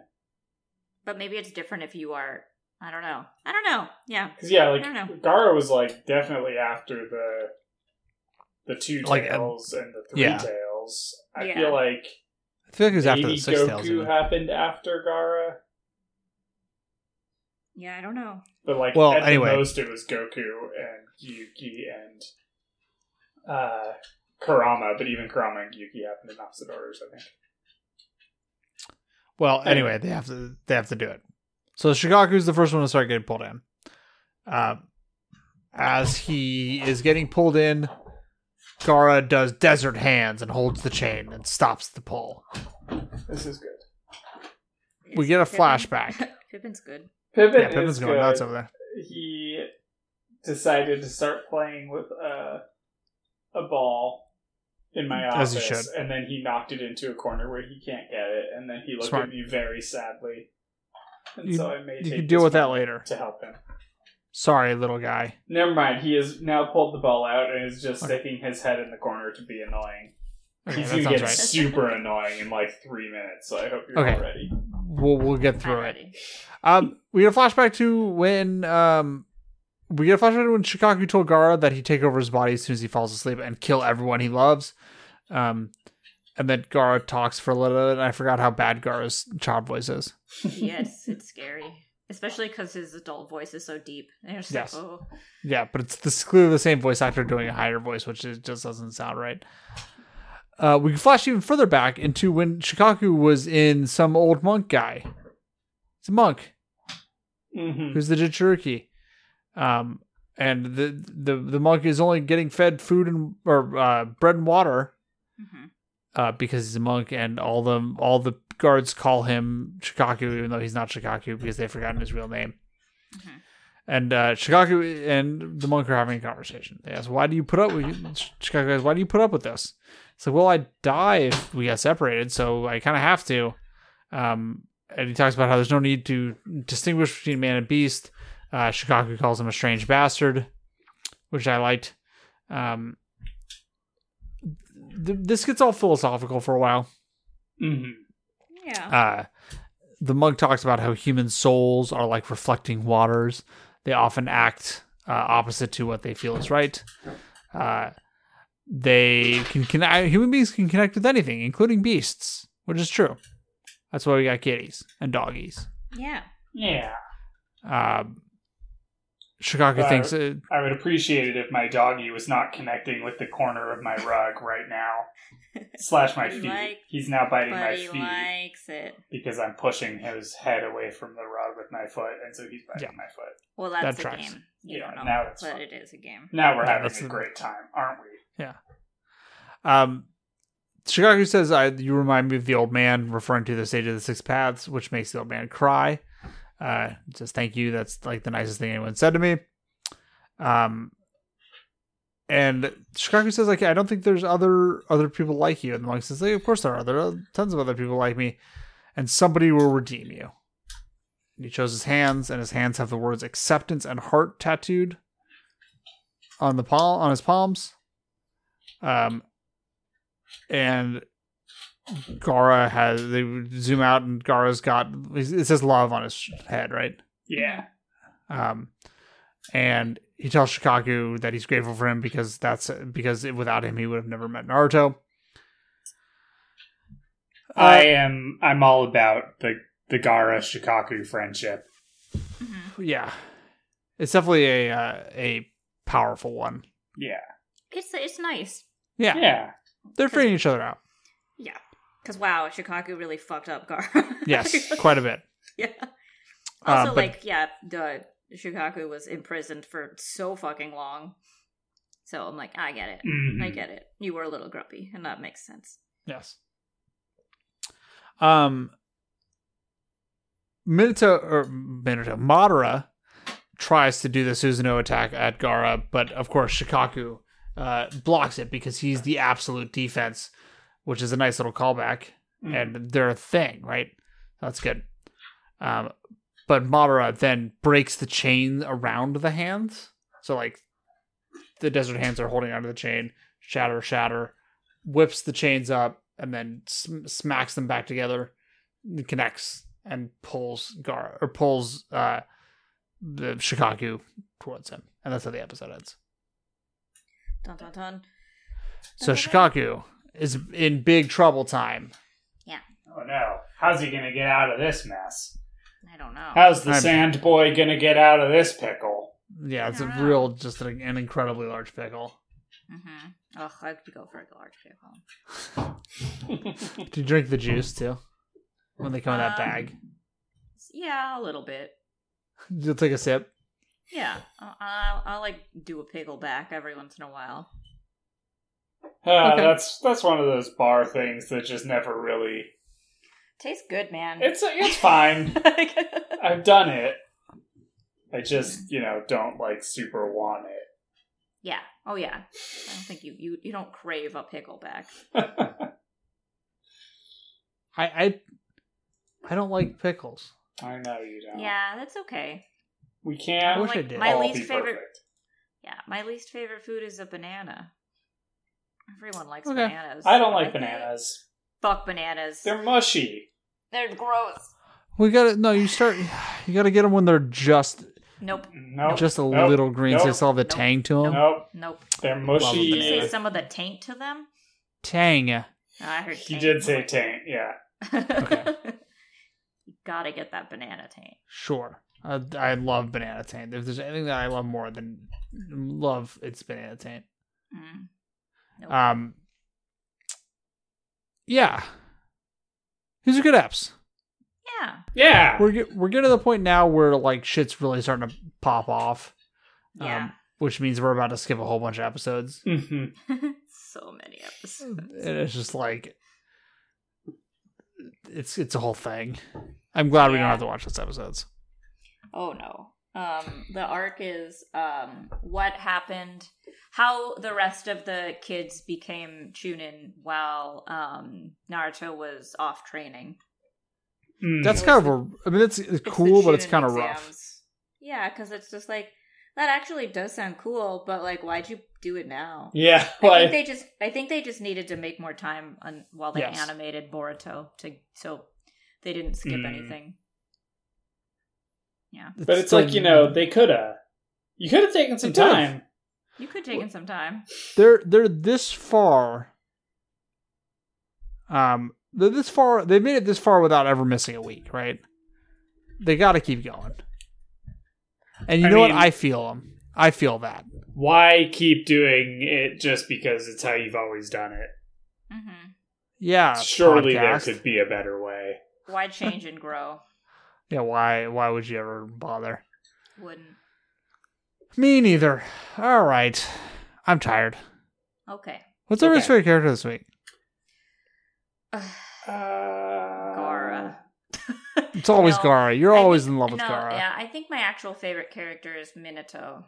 [SPEAKER 3] But maybe it's different if you are. I don't know. I don't know. Yeah.
[SPEAKER 2] because yeah,
[SPEAKER 3] I don't know.
[SPEAKER 2] like Gara was like definitely after the the two
[SPEAKER 1] Like, um,
[SPEAKER 2] tails and the three
[SPEAKER 1] yeah.
[SPEAKER 2] tails. I
[SPEAKER 3] Yeah.
[SPEAKER 2] feel like
[SPEAKER 1] I feel like it was after
[SPEAKER 2] maybe
[SPEAKER 1] the six tails.
[SPEAKER 2] Goku happened after Gara,
[SPEAKER 3] Yeah, I don't know.
[SPEAKER 2] but like
[SPEAKER 1] Well,
[SPEAKER 2] at
[SPEAKER 1] anyway.
[SPEAKER 2] the most it was Goku and Yuki and uh Kurama, but even Kurama and Yuki happened in opposite orders. I think.
[SPEAKER 1] Well, anyway, they have to they have to do it. So Shigaku's the first one to start getting pulled in. Um, as he is getting pulled in, Gara does desert hands and holds the chain and stops the pull.
[SPEAKER 2] This is good.
[SPEAKER 1] We get a
[SPEAKER 3] Pippin-
[SPEAKER 1] flashback.
[SPEAKER 3] Pippin's good.
[SPEAKER 2] Pippin
[SPEAKER 1] yeah, Pippin's
[SPEAKER 2] is
[SPEAKER 1] going
[SPEAKER 2] good.
[SPEAKER 1] nuts over there.
[SPEAKER 2] he decided to start playing with a a ball in my
[SPEAKER 1] As
[SPEAKER 2] office,
[SPEAKER 1] he
[SPEAKER 2] and then he knocked it into a corner where he can't get it, and then he looked
[SPEAKER 1] Smart.
[SPEAKER 2] at me very sadly, and
[SPEAKER 1] You-
[SPEAKER 2] so I may
[SPEAKER 1] You
[SPEAKER 2] take
[SPEAKER 1] can deal
[SPEAKER 2] this
[SPEAKER 1] with that
[SPEAKER 2] moment
[SPEAKER 1] later.
[SPEAKER 2] to help him.
[SPEAKER 1] Sorry, little guy.
[SPEAKER 2] Never mind. He has now pulled the ball out and is just
[SPEAKER 1] Okay.
[SPEAKER 2] sticking his head in the corner to be annoying.
[SPEAKER 1] Okay,
[SPEAKER 2] He's
[SPEAKER 1] that
[SPEAKER 2] gonna
[SPEAKER 1] sounds
[SPEAKER 2] get
[SPEAKER 1] right.
[SPEAKER 2] super annoying in like three minutes. So I hope you're
[SPEAKER 1] Okay.
[SPEAKER 2] all ready.
[SPEAKER 1] We'll we'll get
[SPEAKER 3] I'm
[SPEAKER 1] through it.
[SPEAKER 3] ready.
[SPEAKER 1] Um, we get a flashback to when um, we get a flashback to when Shikaku told Gara that he take over his body as soon as he falls asleep and kill everyone he loves. Um, and then Gara talks for a little bit, and I forgot how bad Gara's child voice is.
[SPEAKER 3] yes, it's scary. Especially because his adult voice is so deep. And you're just
[SPEAKER 1] Yes.
[SPEAKER 3] like, oh.
[SPEAKER 1] Yeah, but it's this clearly the same voice actor doing a higher voice, which is, just doesn't sound right. Uh, we flash even further back into when Shikaku was in some old monk guy. It's a monk.
[SPEAKER 2] hmm
[SPEAKER 1] who's the Jinchuriki. Um, and the, the the monk is only getting fed food and or uh, bread and water
[SPEAKER 3] hmm
[SPEAKER 1] uh, because he's a monk, and all the all the guards call him Shikaku, even though he's not Shikaku because they've forgotten his real name.
[SPEAKER 3] Mhm.
[SPEAKER 1] And uh, Shikaku and the monk are having a conversation. They ask, "Why do you put up with?" You? Shikaku goes, "Why do you put up with this?" It's like, "Well, I die if we get separated, so I kind of have to." Um, and he talks about how there's no need to distinguish between man and beast. Uh, Shikaku calls him a strange bastard, which I liked. Um, th- this gets all philosophical for a while.
[SPEAKER 2] hmm
[SPEAKER 3] Yeah.
[SPEAKER 1] Uh, the monk talks about how human souls are like reflecting waters. They often act uh, opposite to what they feel is right. Uh, they can connect. uh, Human beings can connect with anything, including beasts, which is true. That's why we got kitties and doggies.
[SPEAKER 3] yeah.
[SPEAKER 2] Yeah.
[SPEAKER 1] Um, Shikaku
[SPEAKER 2] Uh,
[SPEAKER 1] thinks uh,
[SPEAKER 2] I would appreciate it if my doggy was not connecting with the corner of my rug right now. Slash my
[SPEAKER 3] He
[SPEAKER 2] feet.
[SPEAKER 3] likes-
[SPEAKER 2] He's now biting my
[SPEAKER 3] But he
[SPEAKER 2] feet
[SPEAKER 3] likes it.
[SPEAKER 2] because I'm pushing his head away from the rug with my foot, and so he's biting
[SPEAKER 1] Yeah.
[SPEAKER 2] my foot.
[SPEAKER 3] Well, that's
[SPEAKER 1] That
[SPEAKER 3] a
[SPEAKER 1] tracks.
[SPEAKER 3] game. You
[SPEAKER 2] Yeah,
[SPEAKER 3] don't know.
[SPEAKER 2] now it's
[SPEAKER 3] but
[SPEAKER 2] fun.
[SPEAKER 3] it is a game.
[SPEAKER 2] Now we're
[SPEAKER 1] Yeah,
[SPEAKER 2] having
[SPEAKER 1] that's
[SPEAKER 2] a
[SPEAKER 1] the-
[SPEAKER 2] great time, aren't we?
[SPEAKER 1] Um, Shikaku says, I, You remind me of the old man, referring to the stage of the six paths, which makes the old man cry. Uh, says, Thank you. That's like the nicest thing anyone said to me. Um, and Shikaku says, like, I don't think there's other other people like you. And the monk says, like, Of course there are. There are tons of other people like me. And somebody will redeem you. And he shows his hands, and his hands have the words acceptance and heart tattooed on the palm on his palms. Um, and Gara has they zoom out and Gara's got it says love on his head, right?
[SPEAKER 2] Yeah.
[SPEAKER 1] Um, and he tells Shikaku that he's grateful for him because that's because without him he would have never met Naruto. Uh,
[SPEAKER 2] I am I'm all about the the Gara Shikaku friendship.
[SPEAKER 3] Mhm.
[SPEAKER 1] yeah, it's definitely a uh, a powerful one.
[SPEAKER 2] Yeah.
[SPEAKER 3] It's it's nice.
[SPEAKER 1] Yeah,
[SPEAKER 2] Yeah.
[SPEAKER 1] they're freeing each other out.
[SPEAKER 3] Yeah. Because, wow, Chicago really fucked up Gar.
[SPEAKER 1] Yes, quite a bit.
[SPEAKER 3] yeah.
[SPEAKER 1] Uh,
[SPEAKER 3] Also,
[SPEAKER 1] but-
[SPEAKER 3] like, yeah, the Shikaku was imprisoned for so fucking long. So I'm like, I get it.
[SPEAKER 2] Mhm.
[SPEAKER 3] I get it. You were a little grumpy, and that makes sense.
[SPEAKER 1] Yes. Um, Minato or Minato Madara tries to do the Susanoo attack at Gara, but of course Shikaku uh, blocks it because he's the absolute defense, which is a nice little callback.
[SPEAKER 2] Mm-hmm.
[SPEAKER 1] And they're a thing, right? That's good. Um, but Madara then breaks the chain around the hands. So like the desert hands are holding onto the chain, shatter, shatter, whips the chains up, and then sm- smacks them back together, connects, and pulls Gar or pulls uh, the Shikaku towards him, and that's how the episode ends.
[SPEAKER 3] Dun dun dun.
[SPEAKER 1] So Shikaku is in big trouble time.
[SPEAKER 2] Oh no! How's he gonna get out of this mess?
[SPEAKER 3] I don't know.
[SPEAKER 2] How's the
[SPEAKER 1] I'm-
[SPEAKER 2] sand boy gonna get out of this pickle?
[SPEAKER 1] Yeah, it's a
[SPEAKER 3] Yeah.
[SPEAKER 1] real, just an, an incredibly large pickle.
[SPEAKER 3] mm-hmm. Ugh, I could go for a large pickle.
[SPEAKER 1] Do you drink the juice too? When they come in that
[SPEAKER 3] Um,
[SPEAKER 1] bag,
[SPEAKER 3] Yeah, a little bit.
[SPEAKER 1] you'll take a sip.
[SPEAKER 3] Yeah, I'll, I'll, I'll like do a pickle back every once in a while.
[SPEAKER 2] Ah,
[SPEAKER 1] Okay.
[SPEAKER 2] That's that's one of those bar things that just never really.
[SPEAKER 3] Tastes good, man.
[SPEAKER 2] It's it's fine.
[SPEAKER 3] Like-
[SPEAKER 2] I've done it. I just you know don't like super want it.
[SPEAKER 3] yeah. Oh yeah. I don't think you you, you don't crave a pickle back.
[SPEAKER 1] I, I, I don't like pickles.
[SPEAKER 2] I know you don't.
[SPEAKER 3] Yeah, that's okay.
[SPEAKER 2] We
[SPEAKER 1] I
[SPEAKER 2] can't.
[SPEAKER 1] wish
[SPEAKER 3] like,
[SPEAKER 1] I did.
[SPEAKER 3] My
[SPEAKER 2] all
[SPEAKER 3] least
[SPEAKER 2] be
[SPEAKER 3] favorite.
[SPEAKER 2] perfect.
[SPEAKER 3] Yeah, my least favorite food is a banana. Everyone likes
[SPEAKER 1] Okay.
[SPEAKER 3] bananas.
[SPEAKER 2] I don't like
[SPEAKER 3] they?
[SPEAKER 2] bananas.
[SPEAKER 3] Fuck bananas. They're,
[SPEAKER 2] They're mushy.
[SPEAKER 3] gross.
[SPEAKER 1] We gotta no. You start. You gotta get them when they're just
[SPEAKER 3] Nope.
[SPEAKER 2] Nope.
[SPEAKER 1] just a
[SPEAKER 2] Nope.
[SPEAKER 1] little green. so
[SPEAKER 2] Nope.
[SPEAKER 1] they still have the
[SPEAKER 3] Nope.
[SPEAKER 1] tang to them.
[SPEAKER 2] Nope.
[SPEAKER 3] Nope.
[SPEAKER 2] They're
[SPEAKER 1] Love
[SPEAKER 3] Did you say
[SPEAKER 2] mushy.
[SPEAKER 3] some of the taint to them?
[SPEAKER 1] Tang.
[SPEAKER 3] Oh, I heard.
[SPEAKER 2] He
[SPEAKER 3] taint.
[SPEAKER 2] did say taint. Yeah.
[SPEAKER 1] Okay.
[SPEAKER 3] you gotta get that banana taint.
[SPEAKER 1] Sure. I, I love banana taint. If there's anything that I love more than love, it's banana taint.
[SPEAKER 3] Mm. Nope.
[SPEAKER 1] Um. Yeah. These are good apps.
[SPEAKER 3] yeah.
[SPEAKER 2] Yeah.
[SPEAKER 1] we're get, we're getting to the point now where like shit's really starting to pop off.
[SPEAKER 3] Yeah.
[SPEAKER 2] Um,
[SPEAKER 1] which means we're about to skip a whole bunch of episodes,
[SPEAKER 2] hmm
[SPEAKER 3] so many episodes.
[SPEAKER 1] and it's just like it's it's a whole thing. I'm glad we don't
[SPEAKER 3] Yeah.
[SPEAKER 1] have to watch those episodes.
[SPEAKER 3] Oh no. Um, the arc is um, what happened, how the rest of the kids became Chunin while um, Naruto was off training.
[SPEAKER 1] That's
[SPEAKER 2] Mm.
[SPEAKER 3] It's
[SPEAKER 1] kind of a. I mean, it's, it's cool,
[SPEAKER 3] Mm. the
[SPEAKER 1] but it's
[SPEAKER 3] Chunin
[SPEAKER 1] kind of rough.
[SPEAKER 3] exams. Yeah, because it's just like that actually does sound cool, but like, why'd you do it now?
[SPEAKER 2] Yeah.
[SPEAKER 3] I think
[SPEAKER 2] Like,
[SPEAKER 3] they just I think they just needed to make more time on, while they
[SPEAKER 1] Yes.
[SPEAKER 3] animated Boruto to so they didn't skip
[SPEAKER 2] Mm.
[SPEAKER 3] anything. Yeah,
[SPEAKER 2] but it's like you know they could have. You could have taken some
[SPEAKER 1] They could've.
[SPEAKER 2] time.
[SPEAKER 3] you could take in some time.
[SPEAKER 1] they're they're this far. Um, they're this far. They've made it this far without ever missing a week, right? They got to keep going. And you
[SPEAKER 2] I
[SPEAKER 1] know
[SPEAKER 2] mean-
[SPEAKER 1] what? I feel them. I feel that.
[SPEAKER 2] Why keep doing it just because it's how you've always done it?
[SPEAKER 3] hmm
[SPEAKER 1] Yeah.
[SPEAKER 2] Surely
[SPEAKER 1] podcast.
[SPEAKER 2] there could be a better way.
[SPEAKER 3] Why change and grow?
[SPEAKER 1] Yeah, why why would you ever bother?
[SPEAKER 3] Wouldn't.
[SPEAKER 1] Me neither. All right. I'm tired.
[SPEAKER 3] Okay.
[SPEAKER 1] What's everyone's
[SPEAKER 2] Okay.
[SPEAKER 1] favorite character this week?
[SPEAKER 2] Uh,
[SPEAKER 3] Gara.
[SPEAKER 1] It's always
[SPEAKER 3] No,
[SPEAKER 1] Gara. You're
[SPEAKER 3] I
[SPEAKER 1] always
[SPEAKER 3] think-
[SPEAKER 1] in love with
[SPEAKER 3] no,
[SPEAKER 1] Gara.
[SPEAKER 3] Yeah, I think my actual favorite character is Minato.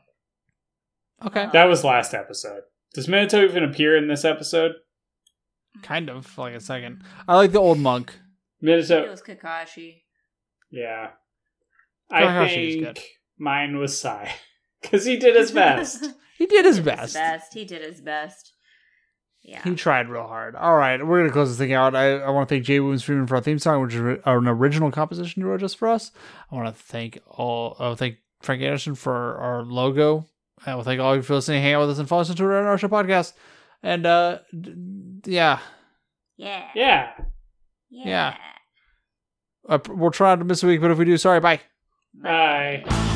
[SPEAKER 1] Okay.
[SPEAKER 3] Um,
[SPEAKER 2] That was last episode. Does Minato even appear in this episode?
[SPEAKER 3] Mm.
[SPEAKER 1] Kind of, for, like, a second. I like the old monk.
[SPEAKER 3] It
[SPEAKER 2] Minato.
[SPEAKER 3] was Kakashi.
[SPEAKER 2] Yeah. I
[SPEAKER 1] Takahashi's good.
[SPEAKER 2] think mine was Sai because he did his best.
[SPEAKER 1] He did his
[SPEAKER 3] He did
[SPEAKER 1] best.
[SPEAKER 3] He did his best. Yeah.
[SPEAKER 1] He tried real hard. All right, we're gonna close this thing out. I, I want to thank Jay Williams Freeman for our theme song, which is ri- an original composition he wrote just for us. I want to thank all. I wanna thank Frank Anderson for our logo. I want to thank all of you for listening, hang out with us, and follow us on Twitter and our show podcast. And uh, d- d- yeah,
[SPEAKER 3] Yeah.
[SPEAKER 2] yeah.
[SPEAKER 1] yeah. Uh, we're trying to miss a week, but if we do, sorry. Bye.
[SPEAKER 2] Bye.